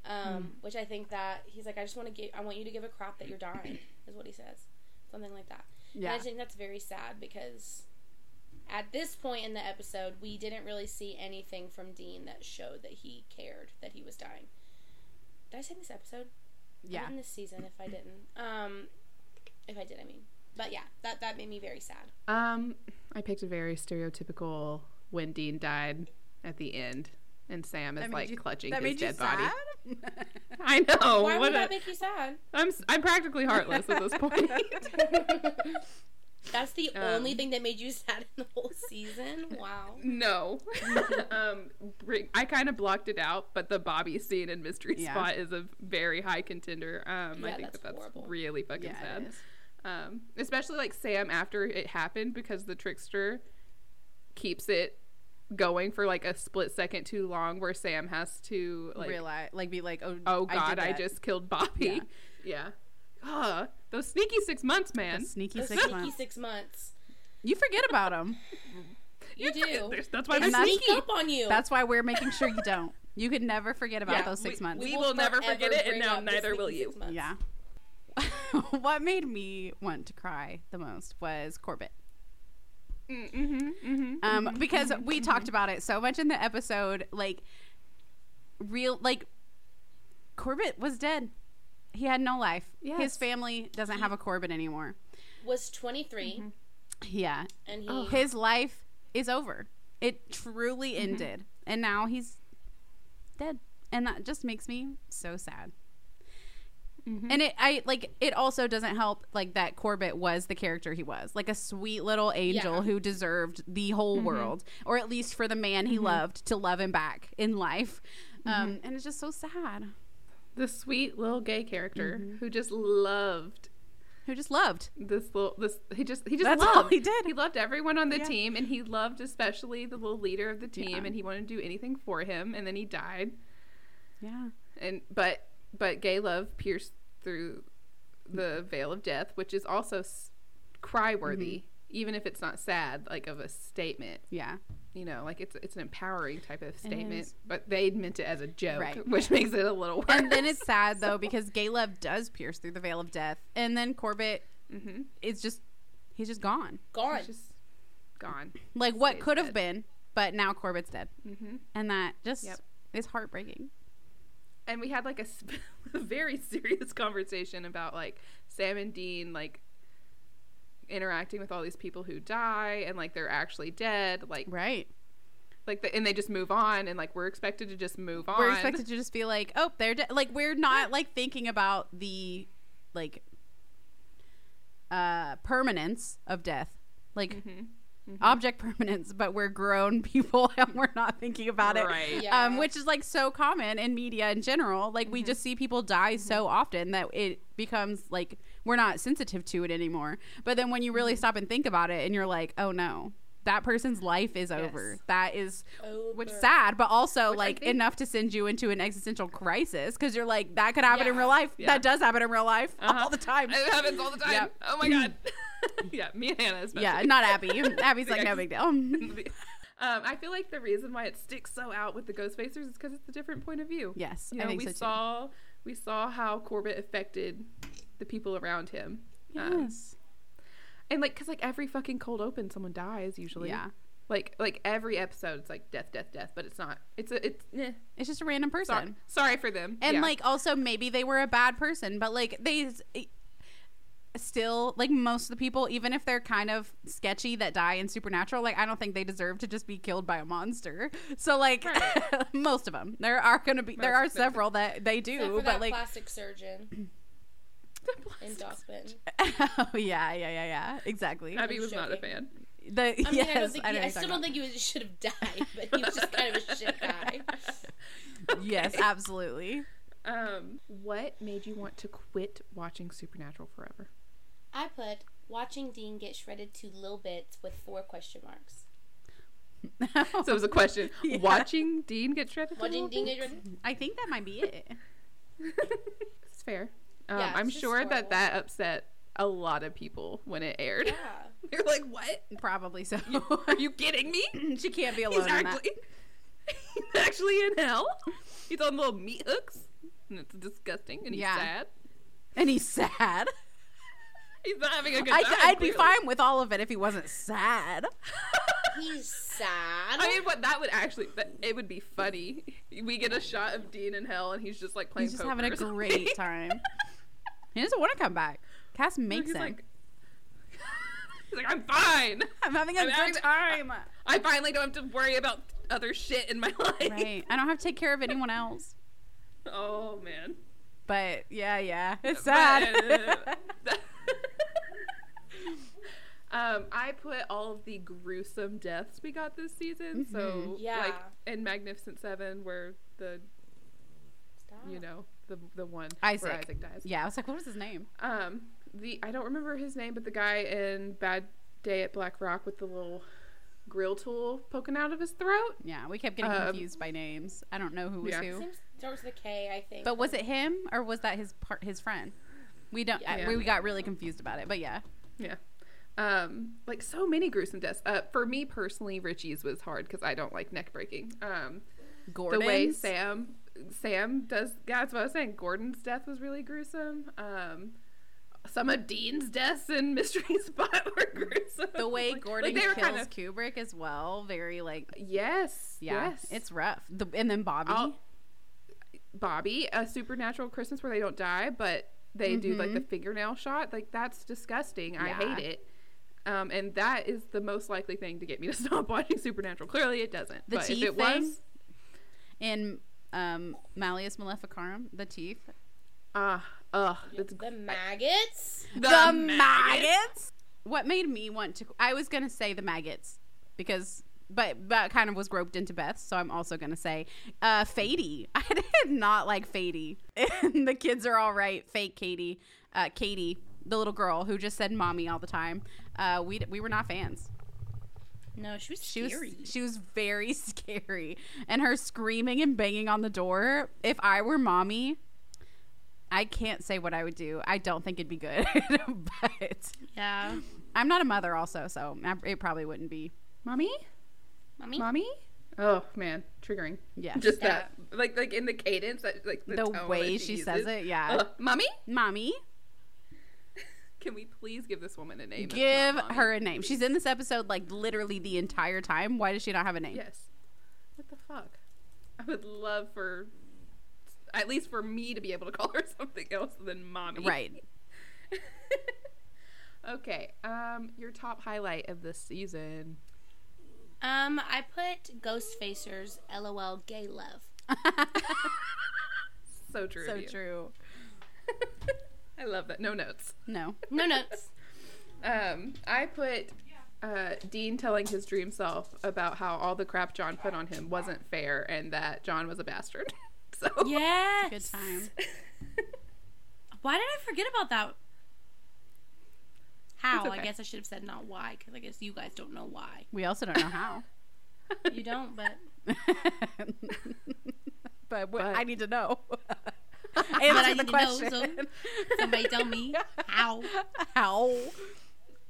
Um, which I think that he's like, I just wanna give I want you to give a crap that you're dying is what he says. Something like that. And I
Yeah,
just think that's very sad because at this point in the episode, we didn't really see anything from Dean that showed that he cared that he was dying. Did I say this episode? I
yeah.
did In this season, if I didn't, um, if I did, I mean, but yeah, that that made me very sad.
Um, I picked a very stereotypical when Dean died at the end, and Sam is
That made
like
you-
clutching his
That made you
dead
sad.
body.
(laughs)
I know.
Why
what
would that
a-
make you sad?
I'm s- I'm practically heartless at this
(laughs)
point.
That's the
Um,
only thing that made you (laughs) sad in the whole season. Wow.
(laughs)
no. um, bring, I kind of blocked it out, but the Bobby scene in Mystery
Yeah.
Spot is a very high contender. Um, I
Yeah,
think
that's
that that's
horrible.
really fucking
Yeah, it
sad.
is.
um, especially like Sam after it happened because the trickster keeps it going for like a split second too long where Sam has to like
Realize, like, be like, oh,
oh god
did
I,
that.
just killed Bobby (laughs) yeah, Ugh, those sneaky six months (laughs) man
sneaky
Those
six
sneaky
months.
six months.
You forget about them.
You do.
that's why
They
they're (laughs)
that's-
sneaky
sneak up on you.
That's why we're making sure you don't. You could never forget about
Yeah,
those six
we-
months.
we- will never
forever
forget it, and
bring
now
up this
neither
week
will
in
you.
six months.
yeah. (laughs) what made me want to cry the most was Corbett. Mm-hmm, um, because we talked about it so much in the episode, like real, like Corbett was dead. He had no life. His
Yes.
family doesn't have a Corbett anymore.
Was 23,
Yeah,
and he
Oh, his life is over. It truly ended, and now he's dead, and that just makes me so sad. And it, I like it. Also, doesn't help like that Corbett was the character he was, like a sweet little angel
Yeah.
who deserved the whole world, or at least for the man he loved to love him back in life. Um, and it's just so sad.
The sweet little gay character
Mm-hmm.
who just loved
Who just loved?
this little this he just he just
That's all
loved
he did.
He loved everyone on the team and he loved especially the little leader of the team
Yeah.
and he wanted to do anything for him and then he died.
Yeah.
And but but gay love pierced through the
Mm-hmm.
veil of death, which is also s- cry worthy,
Mm-hmm.
even if it's not sad, like of a statement.
Yeah.
You know, like it's it's an empowering type of statement,
is.
but they meant it as a joke, (laughs)
Right.
which makes it a little worse.
and then it's sad though because gay love does pierce through the veil of death and then corbett is just he's just gone
gone.
It's Mm-hmm. just gone. Mm-hmm.
like what
Stays
could have
dead.
been but now corbett's dead and that just
Yep.
is heartbreaking
and we had like a, sp- (laughs) a very serious conversation about like Sam and Dean like interacting with all these people who die and like they're actually dead like
right
like the, and they just move on and like we're expected to just move on
we're expected to just be like oh they're dead like we're not like thinking about the like uh permanence of death like
Mm-hmm.
object (laughs) permanence but we're grown people (laughs) and we're not thinking about it
Right.
um, which is like so common in media in general. Like
Mm-hmm.
we just see people die so often that it becomes like we're not sensitive to it anymore. But then when you really
Mm-hmm.
stop and think about it, and you're like, oh no, that person's life is over. That is which
Over.
sad, but also like
think-
enough to send you into an existential crisis because you're like that could happen in
Yeah.
real life.
Yeah. Uh-huh.
That does happen in real life all
(laughs)
the time.
it happens all the time
Yep.
oh my
(laughs)
god (laughs) yeah me and Hannah especially
Yeah,
(laughs)
not Abby. Abby's like no big deal. (laughs)
um, I feel like the reason why it sticks so out with the Ghost Facers is because it's a different point of view.
Yes,
you
I
know,
think
we
so, too.
saw we saw how Corbett affected the people around him. Um,
Yes.
and like, cause like every fucking cold open, someone dies usually.
Yeah.
Like like every episode, it's like death, death, death, but it's not. It's a it's. Eh,
It's just a random person.
sorry, sorry for them.
and
Yeah.
like also maybe they were a bad person but like they e, still like most of the people even if they're kind of sketchy that die in supernatural like i don't think they deserve to just be killed by a monster (laughs) so like (laughs) most of them there are gonna be there are several that they
Except
do
for
but
that
like
plastic surgeon in Dawson.
(laughs) oh yeah yeah yeah yeah exactly
Abby was not a
joking.
fan.
Um,
the
I mean,
yes
I, don't think
I
he,
know
I
what
still
you're
don't
talking
think he was, should have died, (laughs) but he was just kind of a shit guy.
about. yes absolutely (laughs)
Um, what made you want to quit watching Supernatural forever?
(laughs) I put watching Dean get shredded to little bits with four question marks.
So it was a
(laughs)
question. Watching Dean get shredded. a
Watching
little
Dean
bit?
get shredded.
i think that might be it
(laughs) It's fair. Um,
Yeah,
I'm
it's just
sure that
horrible.
that upset a lot of people when it aired. (laughs)
Yeah.
They're like, "What?
(laughs)
probably so
Are you kidding me?
(laughs) she can't be alone
He's
in that.
actually, (laughs) he's actually in hell. He's on little meat hooks, and it's disgusting. And he's
Yeah.
sad.
and he's sad
He's not having a (laughs) good
I,
time.
I'd be
clearly.
fine with all of it if he wasn't sad.
(laughs)
He's sad.
I mean, what that would actually, that, it would be funny. We get a shot of Dean in hell, and he's just like playing.
He's just
poker
having a
or something. (laughs)
great time. He doesn't want to come back. Cass makes
He's
him.
like, (laughs) he's like, I'm fine.
(laughs) I'm having a
I'm
good
having- (laughs)
time.
I finally don't have to worry about other shit in my (laughs) life.
right. I don't have to take care of anyone else.
Oh man.
But yeah, yeah,
(laughs)
it's
Uh,
sad.
(laughs)
(laughs)
um, I put all of the gruesome deaths we got this season.
Mm-hmm.
So
Yeah.
like in Magnificent Seven, where the
Stop.
you know the the one where
Isaac.
Isaac dies.
yeah, I was like, what was his name?
Um, the I don't remember his name, but the guy in Bad Day at Black Rock with the little grill tool poking out of his throat.
Yeah, we kept getting
Um,
confused by names. I don't know who was
yeah.
who.
Seems starts with a K, I think.
But was it him or was that his part, his friend? We don't. I-
Yeah.
we got really confused about it. But yeah,
Yeah. Um, like so many gruesome deaths. Uh, for me personally, Richie's was hard because I don't like neck breaking. Um,
Gordon.
the way Sam Sam does. Yeah, that's what I was saying. Gordon's death was really gruesome. Um, some of Dean's deaths in (laughs) Mystery Spot were gruesome.
the way
(laughs) Like- like,
Gordon
they were
kills
kind of
Kubrick as well. Very like
yes,
yeah,
yes.
it's rough. The, and then Bobby.
I'll- Bobby, a supernatural Christmas where they don't die, but they do like the fingernail shot. Like that's disgusting. I
Mm-hmm. Yeah.
hate it. Um, and that is the most likely thing to get me to (laughs) stop watching Supernatural. Clearly, it doesn't.
The
but
teeth
if it
thing
was,
in um, Malleus Maleficarum, the teeth.
ah, ugh, that's
The maggots.
the maggots. What made me want to? I was gonna say the maggots because, but but kind of was groped into Beth, so I'm also gonna say, uh, Fady. (laughs) I did not like Fady. (laughs) And the kids are all right. Fake Katie, uh, Katie, the little girl who just said mommy all the time. Uh, we d- we were not fans.
No, she was
She was
scary.
she was very (laughs) scary, and her screaming and banging on the door. If I were mommy. I can't say what I would do. I don't think it'd be good, (laughs) but
yeah,
I'm not a mother, also, so I- it probably wouldn't be.
mommy,
mommy.
mommy. Oh man, triggering.
Yeah,
Just that, like, like in the cadence, that, like the,
the
tone that
way she says
uses.
it. Yeah,
Ugh, mommy,
mommy,
can we please give this woman a name? that's not
give
mommy?
her a name. She's in this episode like literally the entire time. Why does she not have a name?
Yes. What the fuck? I would love for, at least for me to be able to call her (laughs) something else than mommy.
Right.
okay. Um, your top highlight of this season.
Um, I put Ghost Facers. LOL. Gay love.
So true. of
so
you.
true.
I love that. No notes.
No.
No (laughs) notes.
Um, I put uh, Dean telling his dream self about how all the crap John put on him wasn't fair and that John was a bastard. (laughs) so
Yeah.
Good time.
Why did I forget about that? How?
It's okay.
I guess I should have said not why, because I guess you guys don't know
(laughs)
why.
We also don't know how.
You don't, but
but, what
But-
I need to know. (laughs)
but
Answer
I
the
need
question.
to know. So somebody tell me how.
(laughs) How?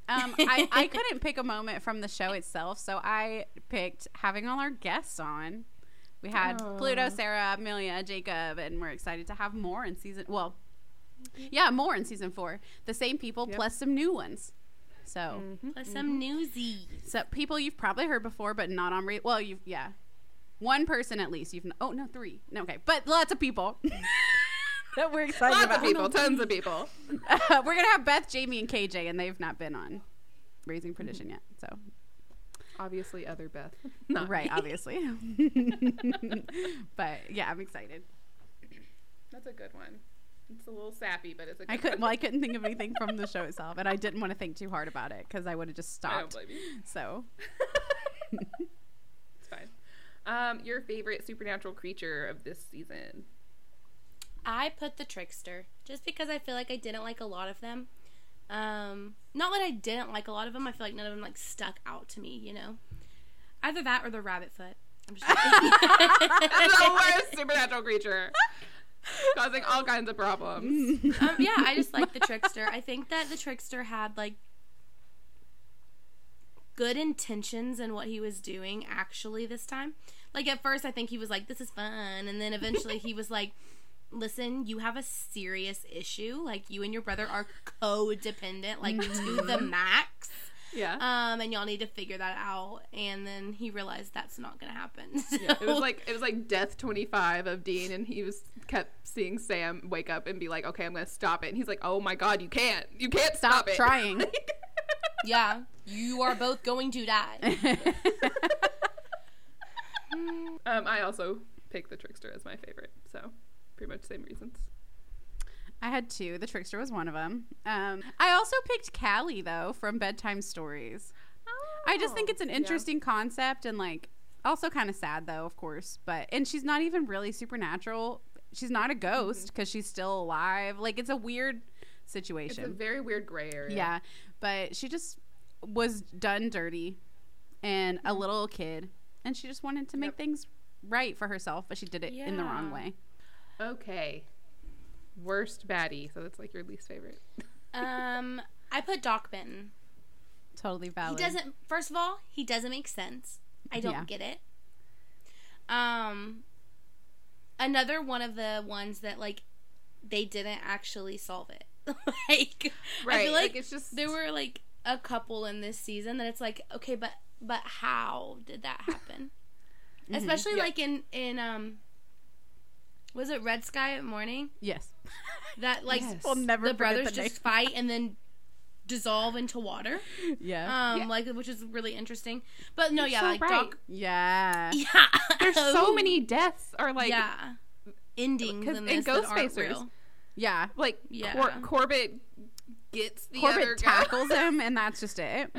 Um, I, I couldn't pick a moment from the show itself, so I picked having all our guests on. We had Pluto, Sarah, Amelia, Jacob, and we're excited to have more in season. Well, yeah, more in season four. The same people plus some new ones. So,
Plus some newsies.
so people you've probably heard before, but not on. Re- well, you've yeah, one person at least. You've oh no three no okay, but lots of people. (laughs) that we're excited
lots
about.
of people, tons of people.
Uh, (laughs) we're gonna have Beth, Jamie, and KJ, and they've not been on Raising Perdition yet. So
Obviously, other Beth. (laughs) Not
right, obviously. (laughs) but yeah, I'm excited.
That's a good one. It's a little sappy, but it's a good
I couldn't. Well,
one.
I couldn't think of anything from the show itself, and I didn't want to think too hard about it because I would have just
I don't
stopped.
blame you.
So
It's fine. Um, your favorite supernatural creature of this
(laughs)
season? (laughs)
I put the trickster just because I feel like I didn't like a lot of them. Um, not that I didn't like a lot of them. I feel like none of them like stuck out to me. You know, either that or the rabbit foot. I'm just
That's the worst supernatural creature, causing all kinds of
(laughs)
problems.
um, yeah. I just like (laughs) the trickster. I think that the trickster had like good intentions in what he was doing. Actually, this time, like at first, I think he was like, "This is fun," and then eventually he was like. Listen, you have a serious issue. Like you and your brother are codependent, like to the max.
Yeah.
Um, and y'all need to figure that out. And then he realized that's not gonna happen. (laughs)
Yeah, it
(laughs)
was
So-
like it was like death 25 of Dean and he was kept seeing Sam wake up and be like, "Okay, I'm going to stop it." And he's like, "Oh my god, you can't. You can't stop,
stop
it." (laughs)
trying. (laughs)
yeah, you are both going to die.
Um I also picked the trickster as my favorite. So, pretty much same reasons.
I had two. The trickster was one of them. Um, I also picked Callie though from Bedtime Stories. Oh, I just
Oh,
think it's an interesting concept and like also kind of sad though, of course. But and she's not even really supernatural. She's not a ghost because she's still alive. Like it's a weird
Mm-hmm. It's a
situation.
very weird gray area.
yeah, but she just was done dirty and
Mm-hmm.
a little kid, and she just wanted to make things right for herself, but she did it in the wrong
Yeah.
way.
Okay. Worst baddie. So that's like your least favorite.
Um, I put Doc Benton.
Totally
He
valid.
doesn't. First of all, he doesn't make sense. I don't
Yeah.
get it. Um, another one of the ones that like they didn't actually solve it. (laughs) like I
Right,
feel
like,
like,
it's just
there were like a couple in this season that it's like okay, but but how did that
(laughs)
happen?
Mm-hmm.
Especially
yeah.
like in in um, was it Red Sky at Morning
(laughs)
yes.
that like
Yes.
We'll never
the brothers
forget the
just fight and then dissolve into water.
name. yeah.
Um,
Yeah.
like which is really interesting. But no, yeah,
so
like
right.
Doc.
yeah.
(laughs) Yeah, Um,
There's so many deaths are like
yeah endings
'cause
in
in
this that aren't
Ghostfacers,
real.
Yeah.
like
Yeah.
Cor- Corbett gets the other
Corbett
guy.
tackles him, and that's
(laughs)
just it.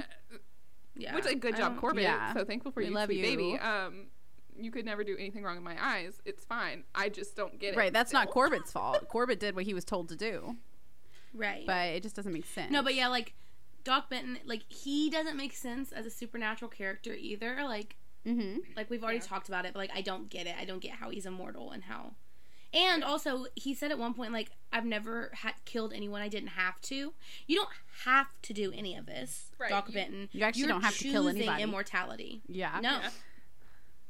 Yeah,
Which a good
I
job,
don't-
Corbett.
yeah.
So thankful for
We
you,
love
sweet
you.
baby. Um, you could never do anything wrong in my eyes. It's fine. I just don't get it.
Right. That's not
still.
Corbett's fault. Corbett did what he was told to do,
Right.
but it just doesn't make sense.
no, but yeah, like Doc Benton, like he doesn't make sense as a supernatural character either. Like,
Mm-hmm.
like we've already talked about it, but like I don't get it. I don't get how he's immortal and how. And also, he said at one point, like, I've never ha- killed anyone I didn't have to. You don't have to do any of this,
Right,
Doc
you-
Benton.
You actually don't have to kill
choosing
anybody.
Immortality.
Yeah.
No.
Yeah.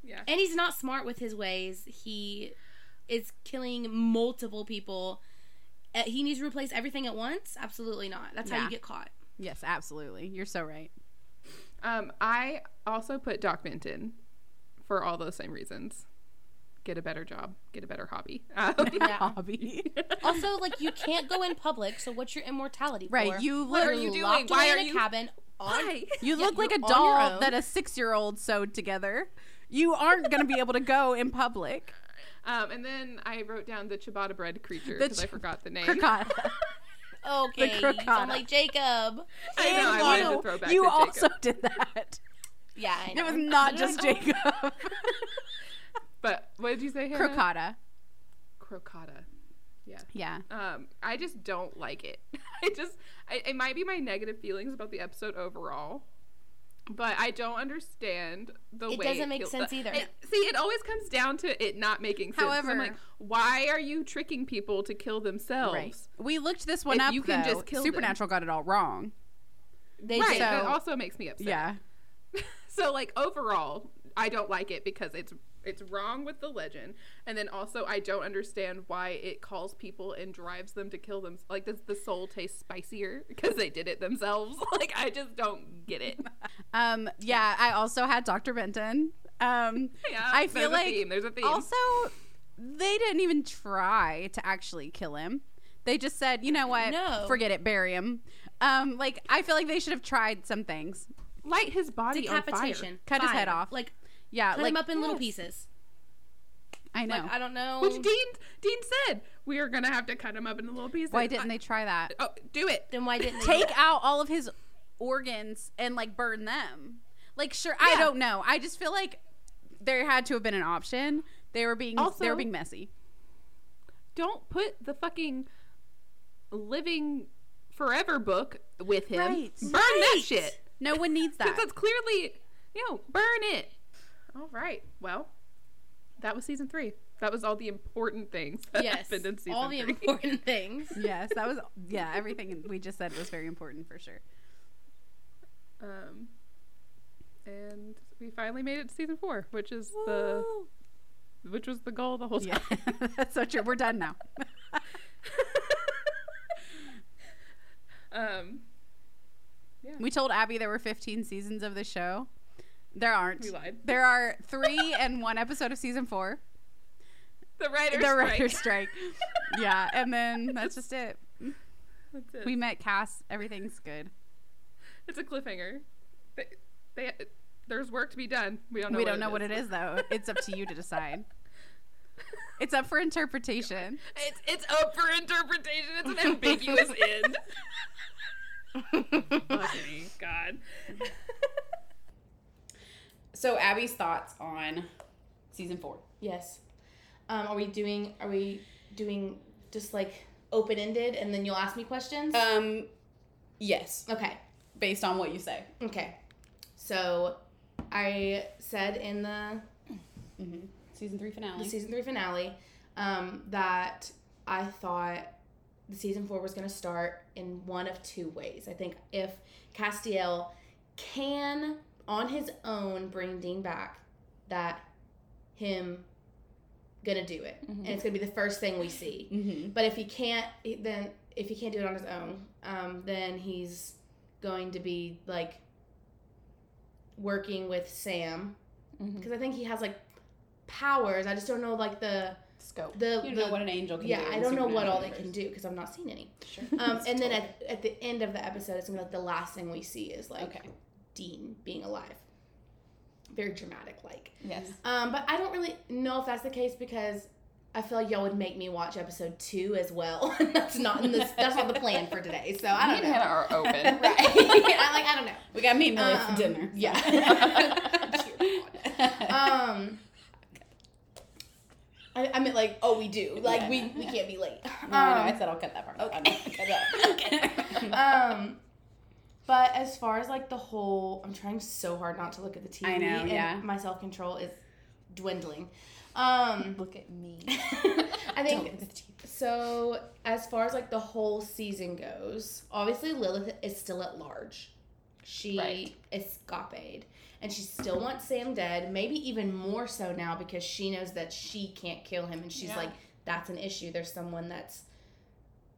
Yeah.
And he's not smart with his ways. He is killing multiple people. Uh, He needs to replace everything at once? Absolutely not. That's how
Yeah.
you get caught.
Yes, absolutely. You're so (laughs) right.
Um, I also put Doc Benton for all those same reasons. Get a better job. Get a better hobby. (laughs) Um,
Yeah.
Hobby.
also, like you can't go in public, so what's your immortality
Right,
for?
you
You're
look-
are you doing?
locked
Why
away
are
in a
you-
cabin on (laughs)
Why?
(laughs) You
Yeah,
look like a
you're on your
doll
own.
that a six year old sewed together. You aren't going to be able to go in public.
Um, and then I wrote down the ciabatta bread creature
The
because I
ch-
forgot the name.
Krakata.
Okay, you
crocodile.
sound like Jacob.
I know. I wanted to throw back
you
to
also
Jacob,
(laughs) did that.
Yeah, I
It
know.
was not just Jacob.
but what did you say? Hannah?
Crocata.
Crocata.
Yeah.
Um, I just don't like it. (laughs) I just, I, it might be my negative feelings about the episode overall, but I don't understand the
It
way
doesn't make
feels-
sense either.
It, see, it always comes down to it not making sense. I'm
However-
like, why are you tricking people to kill themselves?
Right. We looked this one
If
up.
you can
though.
just kill them.
Supernatural got it all wrong.
They
Right,
did.
that
So-
also makes me upset.
Yeah.
So like overall, I don't like it because it's it's wrong with the legend, and then also I don't understand why it calls people and drives them to kill them. Like does the soul taste spicier (laughs) because they did it themselves? (laughs) Like I just don't get it.
Um, yeah, I also had Dr. Benton. Um,
Yeah,
I feel
there's
like
a theme. there's a theme.
Also, they didn't even try to actually kill him. They just said, you know what?
No.
Forget it, bury him. Um, like I feel like they should have tried some things.
Light his body on fire.
Decapitation.
Cut his
Fire.
head off.
Like
Yeah,
cut
like
him up in little
yes.
pieces.
I know.
Like I don't know.
Which Dean Dean said we are gonna have to cut him up into little pieces.
Why didn't they try that?
Oh, do it.
then why didn't they
(laughs) Take out all of his organs and like burn them. Like sure, I
Yeah.
don't know. I just feel like there had to have been an option. They were being they
Also-
were being messy.
Don't put the fucking living forever book with him.
Right.
Burn that shit.
No one needs (laughs)
Because
that.
that's clearly, you know, burn it. All right. Well, that was season three. That was all the important things (laughs) that
Yes.
happened in season
All
three.
the important things.
yes, that was yeah. Everything we just said was very important for sure.
um, and we finally made it to season four, which is the which was the goal the whole time.
Yeah, (laughs) that's so true. We're done (laughs) now.
um,
we told Abby there were 15 seasons of the show. There aren't.
we lied.
There are three and one episode of season four.
The writers.
the
strike.
writer's (laughs) strike.
(laughs)
yeah, and then that's just it.
That's it.
We met Cass. Everything's good.
It's a cliffhanger. They, they, there's work to be done. We don't know.
we
what
don't know what
is.
it is, though. It's up to you to (laughs) decide. It's up for interpretation.
It's it's up for interpretation. It's an
(laughs)
ambiguous end. Fucking God.
So, Abby's thoughts on season four.
Yes. Um, are we doing are we doing just like open ended and then you'll ask me questions?
Um, yes,
okay.
based on what you say.
Okay. So I said in the
Season three finale.
the season three finale um, that I thought the season four was going to start in one of two ways. I think if Castiel can on his own bring Dean back, that him gonna do it,
Mhm.
and it's gonna be the first thing we see.
Mm-hmm.
But if he can't, then if he can't do it on his own, um, then he's going to be like working with Sam
Mhm.
because I think he has like powers. I just don't know like the
Scope.
the,
You
the
know what an angel can
yeah.
do.
I
in
don't know what all they
supernatural
can
universe.
do because I've not seen any.
Sure.
Um, and then at, at the end of the episode, it's gonna be like the last thing we see is like
Okay.
Dean being alive. Very dramatic, like.
Yes.
Um, but I don't really know if that's the case because I feel like y'all would make me watch episode two as well. (laughs) that's not in this. That's not the plan for today. So I
Me and
don't know.
Hannah are open.
Right? (laughs) I, like I don't know.
We got meat and Millie
Um, (laughs)
for dinner.
Yeah. Dear God. um. I, I meant like, oh, we do. Like,
Yeah,
we,
no.
we can't be late.
No, I know.
Um,
I said I'll cut that part. out.
okay.
Cut
(laughs)
that.
um but as far as like the whole i'm trying so hard not to look at the tv
I know,
and
yeah.
my self-control is dwindling um
(laughs) Look at me.
(laughs) i
Don't
think
look at the TV.
so as far as like the whole season goes obviously lilith is still at large she
Right.
escaped and she still wants sam dead maybe even more so now because she knows that she can't kill him and she's
Yeah.
like that's an issue there's someone that's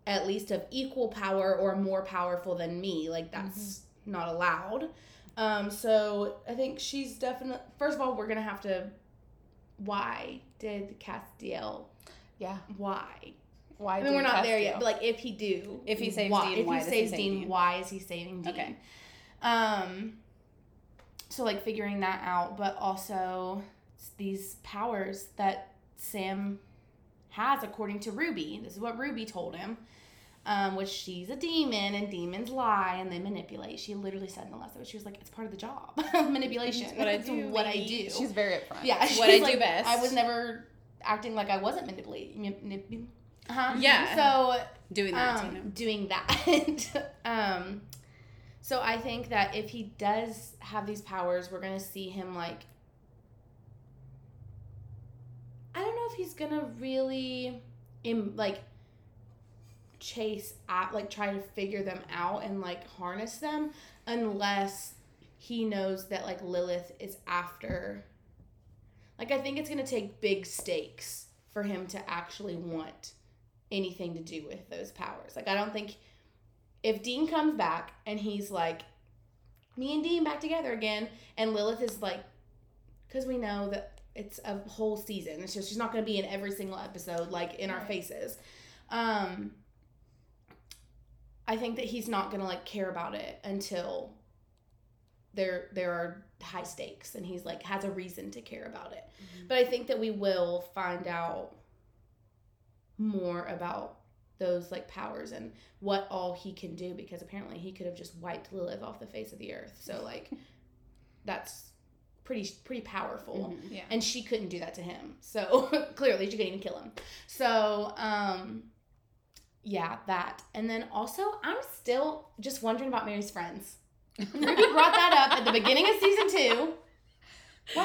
at least of equal power or more powerful than me. Like
Mm-hmm.
that's not allowed. Um, so I think she's definitely. First of all, we're gonna have to. Why did Castiel?
Yeah.
Why?
Why?
I mean, we're not there yet. But like, if he do,
If he saves
why,
Dean,
if
why
he
does he
saves
save
Dean,
Dean?
why is he saving Dean?
Okay.
Um. So like figuring that out, but also it's these powers that Sam has according to Ruby. This is what Ruby told him. Um, which she's a demon and demons lie and they manipulate. She literally said in the last episode, she was like, "It's part of the job, (laughs) manipulation.
It's what I
It's
do,
what I
baby.
do."
She's very upfront.
(laughs) yeah,
It's what I
she's
do
like,
best.
I was never acting like I wasn't manipulating. manip- Uh-huh.
Yeah.
So
Doing that to
um,
him.
doing that. (laughs) um, so I think that if he does have these powers, we're gonna see him like. I don't know if he's gonna really, im- like, chase at like try to figure them out and like harness them unless he knows that like Lilith is after. Like I think it's gonna take big stakes for him to actually want anything to do with those powers. Like I don't think if Dean comes back and he's like, me and Dean back together again, and Lilith is like, because we know that it's a whole season. It's just she's not going to be in every single episode, like in our faces. Um, I think that he's not going to like care about it until there there are high stakes and he's like has a reason to care about it. But I think that we will find out more about those like powers and what all he can do because apparently he could have just wiped Lilith off the face of the earth. So like that's pretty pretty powerful.
Mhm.
Yeah.
And she couldn't do that to him. So (laughs) clearly she couldn't even kill him. So um yeah, that. And then also I'm still just wondering about Mary's friends. Ruby brought that up at the beginning of season 2. What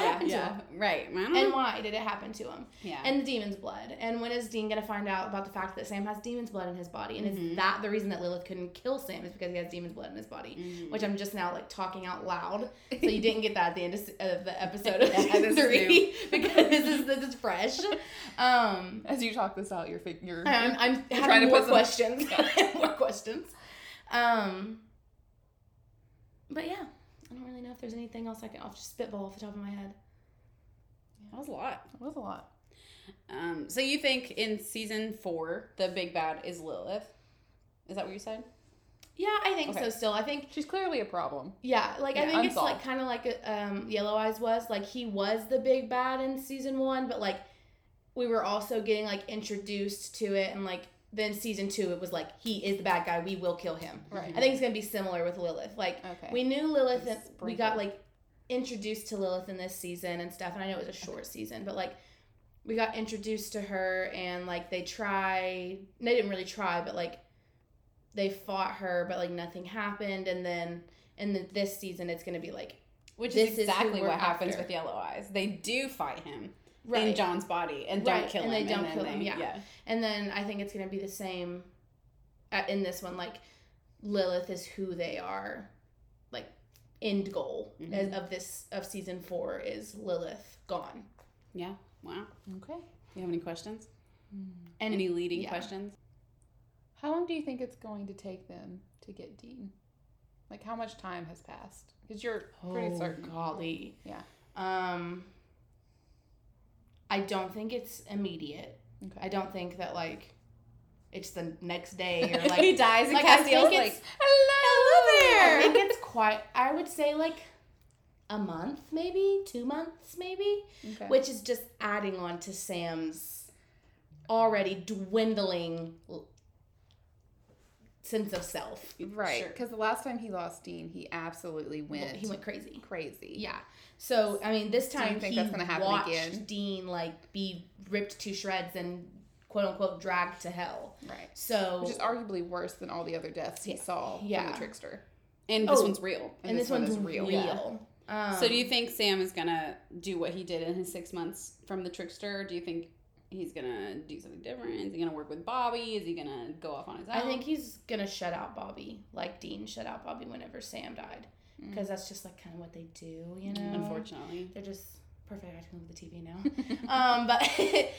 Yeah,
happened to
Yeah.
him?
Right. I don't
And
know.
why did it happen to him?
Mm-hmm. yeah.
and the demon's blood. And when is Dean gonna find out about the fact that Sam has demon's blood in his body? And
Mhm.
is that the reason that Lilith couldn't kill Sam is because he has demon's blood in his body?
Mhm.
Which I'm just now like talking out loud, so you didn't get that at the end of, s- of the episode of
Yeah, this
season
is
three (laughs) because this is this is fresh. Um,
As you talk this out, you're fig- you're
I'm, I'm
Mm-hmm. trying to put
having more
some-
questions, (laughs) more questions. Um, but yeah, I don't really know if there's anything else I can. I'll just spitball off the top of my head.
that was a lot.
That was a lot.
Um, so you think in season four the big bad is Lilith? Is that what you said?
Yeah, I think
Okay.
so. Still, I think
She's clearly a problem.
Yeah, like I
Yeah,
think
unsolved.
it's like kind of like um, Yellow Eyes was. Like he was the big bad in season one, but like we were also getting like introduced to it, and like then season two, it was like he is the bad guy. We will kill him.
Right.
I think it's gonna be similar with Lilith. Like
Okay.
we knew Lilith, and we got
Sprinkled.
like introduced to Lilith in this season and stuff. And I know it was a short season, but like we got introduced to her, and like they try. They didn't really try, but like they fought her, but like nothing happened, and then and then this season it's gonna be like
Which
This is
is
who
exactly
we're
what happens
after.
with Yellow Eyes. They do fight him in
right.
John's body and don't
Right,
kill
and they
him.
don't
then
kill him,
they-
yeah. And then I think it's gonna be the same at, in this one. Like Lilith is who they are. Like end goal
Mhm.
as- of this of season four is Lilith gone.
Yeah. Wow.
Okay.
You have any questions?
And
Any leading
yeah.
questions?
How long do you think it's going to take them to get Dean? Like, how much time has passed? Because you're pretty
oh,
certain.
golly.
Yeah.
Um, I don't think it's immediate.
Okay.
I don't think that like it's the next day
(laughs)
or
he
like.
dies and
like, I
Castiel's
think
like,
it's- I
hello
think
there.
it's quite. I would say like a month, maybe two months, maybe,
Okay.
which is just adding on to Sam's already dwindling l- sense of self.
right.
Sure.
Because the last time he lost Dean, he absolutely went.
He went crazy.
crazy.
Yeah. So I mean, this
you
time
think
he
that's gonna happen
watched
again?
Dean like be ripped to shreds and quote unquote dragged to hell.
Right.
So
Which is arguably worse than all the other deaths he saw from
Yeah.
the trickster.
And this
Oh.
one's real.
and, this, one's
one is
real.
real.
Um,
So do you think Sam is gonna do what he did in his six months from the trickster? Do you think he's gonna do something different? Is he gonna work with Bobby? Is he gonna go off on his own?
I think he's gonna shut out Bobby like Dean shut out Bobby whenever Sam died
Mm.
because that's just like kind of what they do, you know.
unfortunately.
they're just perfect. I can move the TV
(laughs)
now. um, but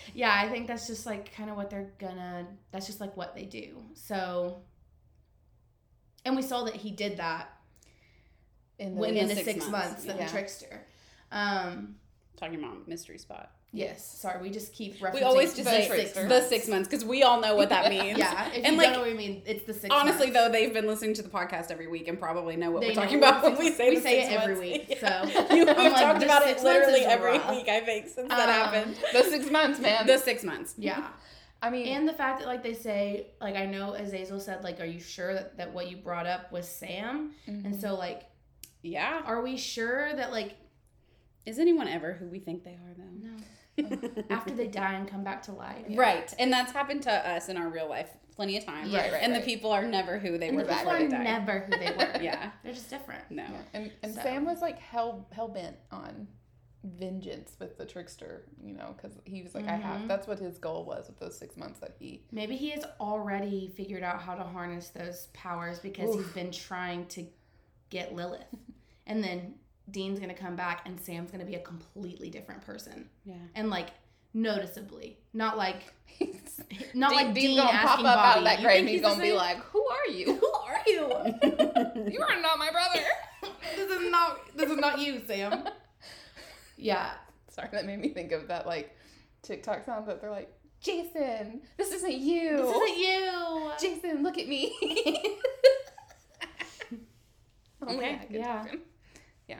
(laughs) yeah, I think that's just like kind of what they're gonna. That's just like what they do. So, and we saw that he did that
In the,
when in
the
the
six
six,
months,
months, that
yeah.
the trickster. Um,
Talking about mystery spot.
yes. Sorry, we just keep referencing
We always just
the
say
six
trickster. the
months.
six months because we all know
(laughs)
what that means.
Yeah, if
And,
you
like,
don't know what I mean, it's the six.
Honestly,
months.
though, they've been listening to the podcast every week and probably know what
They
we're
know
talking
what
about
the (laughs)
when
six
we
months-
say
we
the
say
six
it every
months.
week,
(laughs) Yeah.
so-
you, we've
I'm like,
talked
the
about
six months
it literally
is
every
rough.
week. I think since that
Um,
happened,
the six months, man.
the six months.
(laughs) yeah.
I mean,
And the fact that like they say, like I know Azazel said, like, are you sure that, that what you brought up was Sam? And so like,
Yeah.
are we sure that like
Is anyone ever who we think they are though? (laughs)
no Oh, after they die and come back to life?
Right, and that's happened to us in our real life plenty of times.
Right, right,
and the
right.
people are never who they
And
were
the people
before
are
they died.
never who they (laughs) were.
Yeah,
They're just different.
no.
Yeah, and, and
So-
Sam was like hell hell bent on vengeance with the trickster, you know, because he was like, I have.
Mhm.
That's what his goal was with those six months that
(laughs)
he.
Maybe he has already figured out how to harness those powers because he's been trying to
(laughs)
get Lilith. and then Dean's gonna come back and Sam's gonna be a completely different person.
Yeah.
And like noticeably. Not like
(laughs) He's
not like
Dean's
Dean
gonna pop
asking
up
Bobby,
out of that
"You
grave
think
and he's gonna
the
be
same?"
like, "Who are you?
(laughs) Who are
(laughs)
you?
you are not my brother." (laughs)
this is not this is not you, Sam. yeah.
Sorry, that made me think of that like TikTok sound that they're like, "Jason, this isn't you. (laughs)
This isn't you.
Jason, look at me." Only
Okay,
I could
yeah.
do it. Yeah.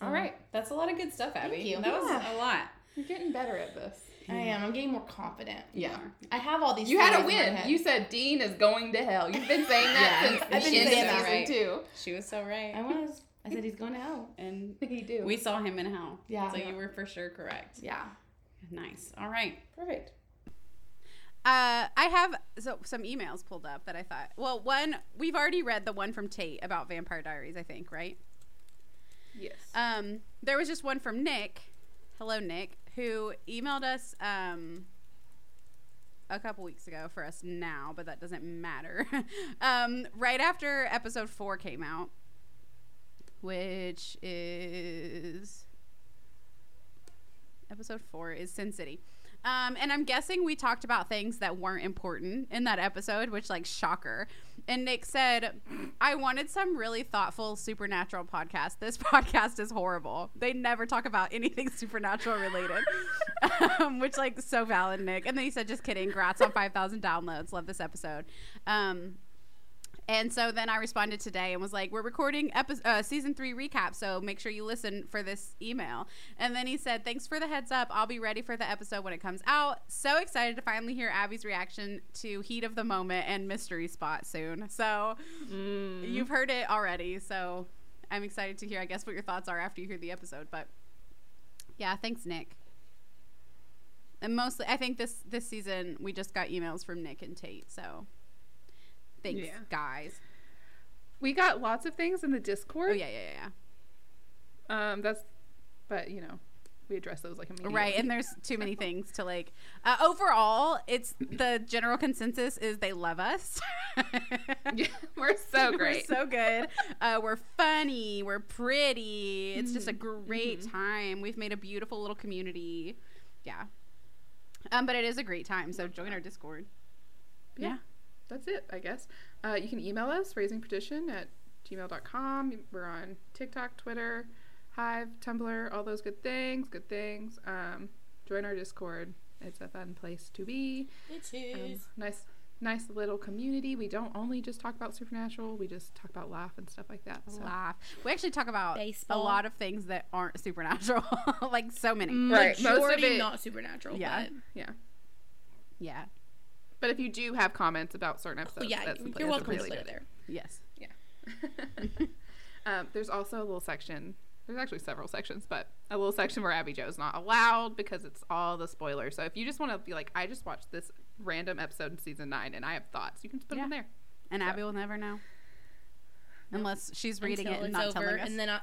All right.
That's a lot of good stuff, Abby.
Thank you.
That was a lot.
You're getting better at this.
I am. I'm getting more confident.
Yeah.
I have all these.
You had a
theories in my
win.
head.
You said Dean is going to hell. You've been saying
Yeah,
that
I've
since
been
the end of
saying
season
that, right.
two.
She was so right.
I (laughs) was. I said he's going to (laughs) hell.
and
He do.
we saw him in hell.
Yeah.
So you were for sure correct.
Yeah.
Nice. All right.
perfect.
Uh, I have so, some emails pulled up that I thought. Well, one we've already read the one from Tate about Vampire Diaries, I think, right?
Yes.
Um, there was just one from Nick. Hello, Nick, who emailed us um, a couple weeks ago for us now, but that doesn't matter. (laughs) um, right after episode four came out, which is episode four is Sin City. Um, and I'm guessing we talked about things that weren't important in that episode, which, like, shocker. And Nick said, I wanted some really thoughtful supernatural podcast. This (laughs) podcast is horrible. They never talk about anything (laughs) supernatural related, um, which, like, so valid, Nick. And then he said, just kidding. Grats on 5,000 downloads. Love this episode. Um, and so then I responded today and was like, "We're recording episode uh, season three recap, so make sure you listen for this email." And then he said, "Thanks for the heads up. I'll be ready for the episode when it comes out. So excited to finally hear Abby's reaction to Heat of the Moment and Mystery Spot soon. So you've heard it already. So I'm excited to hear, I guess, what your thoughts are after you hear the episode. But yeah, thanks, Nick. And mostly, I think this this season we just got emails from Nick and Tate. So thanks,
Yeah.
guys."
We got lots of things in the Discord.
Oh yeah, yeah, yeah,
Um, that's, but you know, we address those like
yeah.
immediately.
Right, (laughs) and there's too many things to like. Uh, overall, it's the general consensus is they love us. (laughs)
Yeah, (laughs) we're so great.
We're so good. Uh, we're funny.
Mm-hmm.
We're pretty. It's just a great time. We've made a beautiful little community. yeah. Um, but it is a great time, so join our Discord.
That's it, I guess. Uh, you can email us, raisingpetition at gmail.com. We're on TikTok, Twitter, Hive, Tumblr, all those good things. Good things. Um, join our Discord. It's a fun place to be.
It
Um,
is.
nice, nice little community. We don't only just talk about supernatural. We just talk about laugh and stuff like that. So.
Laugh. We actually talk about
Baseball.
a lot of things that aren't supernatural, (laughs) like so many.
Right, most of
Majority
it-
not supernatural.
Yeah.
Yeah.
Yeah.
But if you do have comments about certain
But,
episodes,
oh, yeah.
that's the place
You're welcome to
really
put
do
it there.
Yes.
um, there's also a little section. There's actually several sections, but a little section where Abby Joe's not allowed because it's all the spoilers. So if you just want to be like, I just watched this random episode in season nine and I have thoughts, you can just put them
Yeah.
there.
And Abby will never know. Unless she's reading
until
it and
it's
not
over,
telling us.
and then I,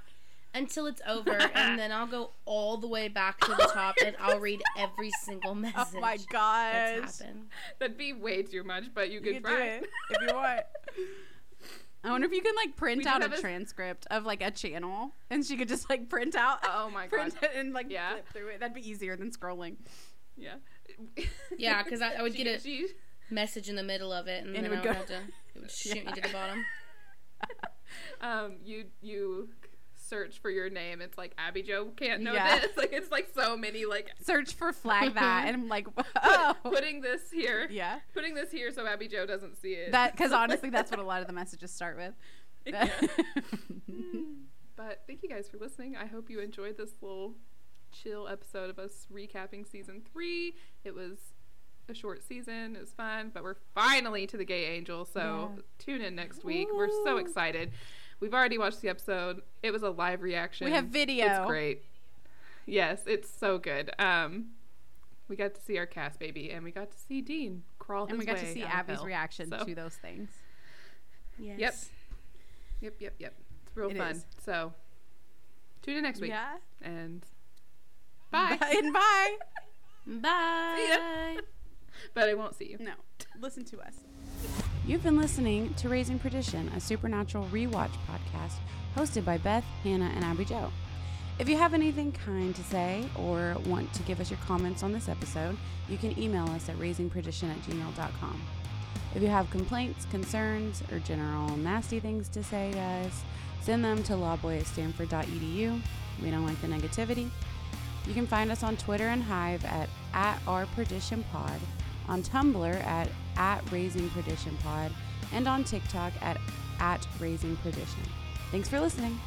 until it's over, and then I'll go all the way back to the top, and I'll read every single (laughs)
oh
message.
my
That's
gosh.
happened.
That'd be way too much, but you could
can do
try.
it (laughs) if you want. I wonder if you can like print
We do
out
have
a
a-
transcript of like a channel and she could just like print out
Oh
(laughs)
my
print
god!
it and like
Yeah.
flip through it. That'd be easier than scrolling.
(laughs) Yeah.
Yeah, 'cause I- I would
(laughs) She-
get it-
she-
Message in the middle of it, and,
And it
then
would
I would
go-
have to. It would shoot me to the bottom.
um, you you search for your name. It's like Abby Joe can't know
Yeah.
this. (laughs) Like it's like so many like
Search for
(laughs)
flag that and I'm like, (laughs) oh
putting this here,
yeah.
putting this here so Abby Joe doesn't see it.
That because honestly that's what a lot of the messages start with. (laughs)
Yeah. But thank you guys for listening. I hope you enjoyed this little chill episode of us recapping season three. It was a short season, it was fun, but we're finally to the Gay Angel, so tune in next week. We're so excited. We've already watched the episode. It was a live reaction.
we have video.
It's great. Yes, it's so good. Um, we got to see our cast baby, and we got to see Dean crawl his
And we got to
way
see
out of
Abby's
hell.
reaction
So-
to those things.
Yes.
Yep. Yep, yep, yep. It's real
It
fun.
is.
So tune in next week.
Yeah.
And bye.
and (laughs) bye.
Bye.
But I won't see you.
No. Listen to us. You've been listening to Raising Perdition, a supernatural rewatch podcast hosted by Beth, Hannah, and Abby Joe. If you have anything kind to say or want to give us your comments on this episode, you can email us at raisingperdition at gmail.com. If you have complaints, concerns, or general nasty things to say to us, send them to lawboy at stanford.edu. We don't like the negativity. You can find us on Twitter and Hive at, at our perdition pod, on Tumblr at, at raising perdition pod, and on TikTok at, at raising perdition. Thanks for listening.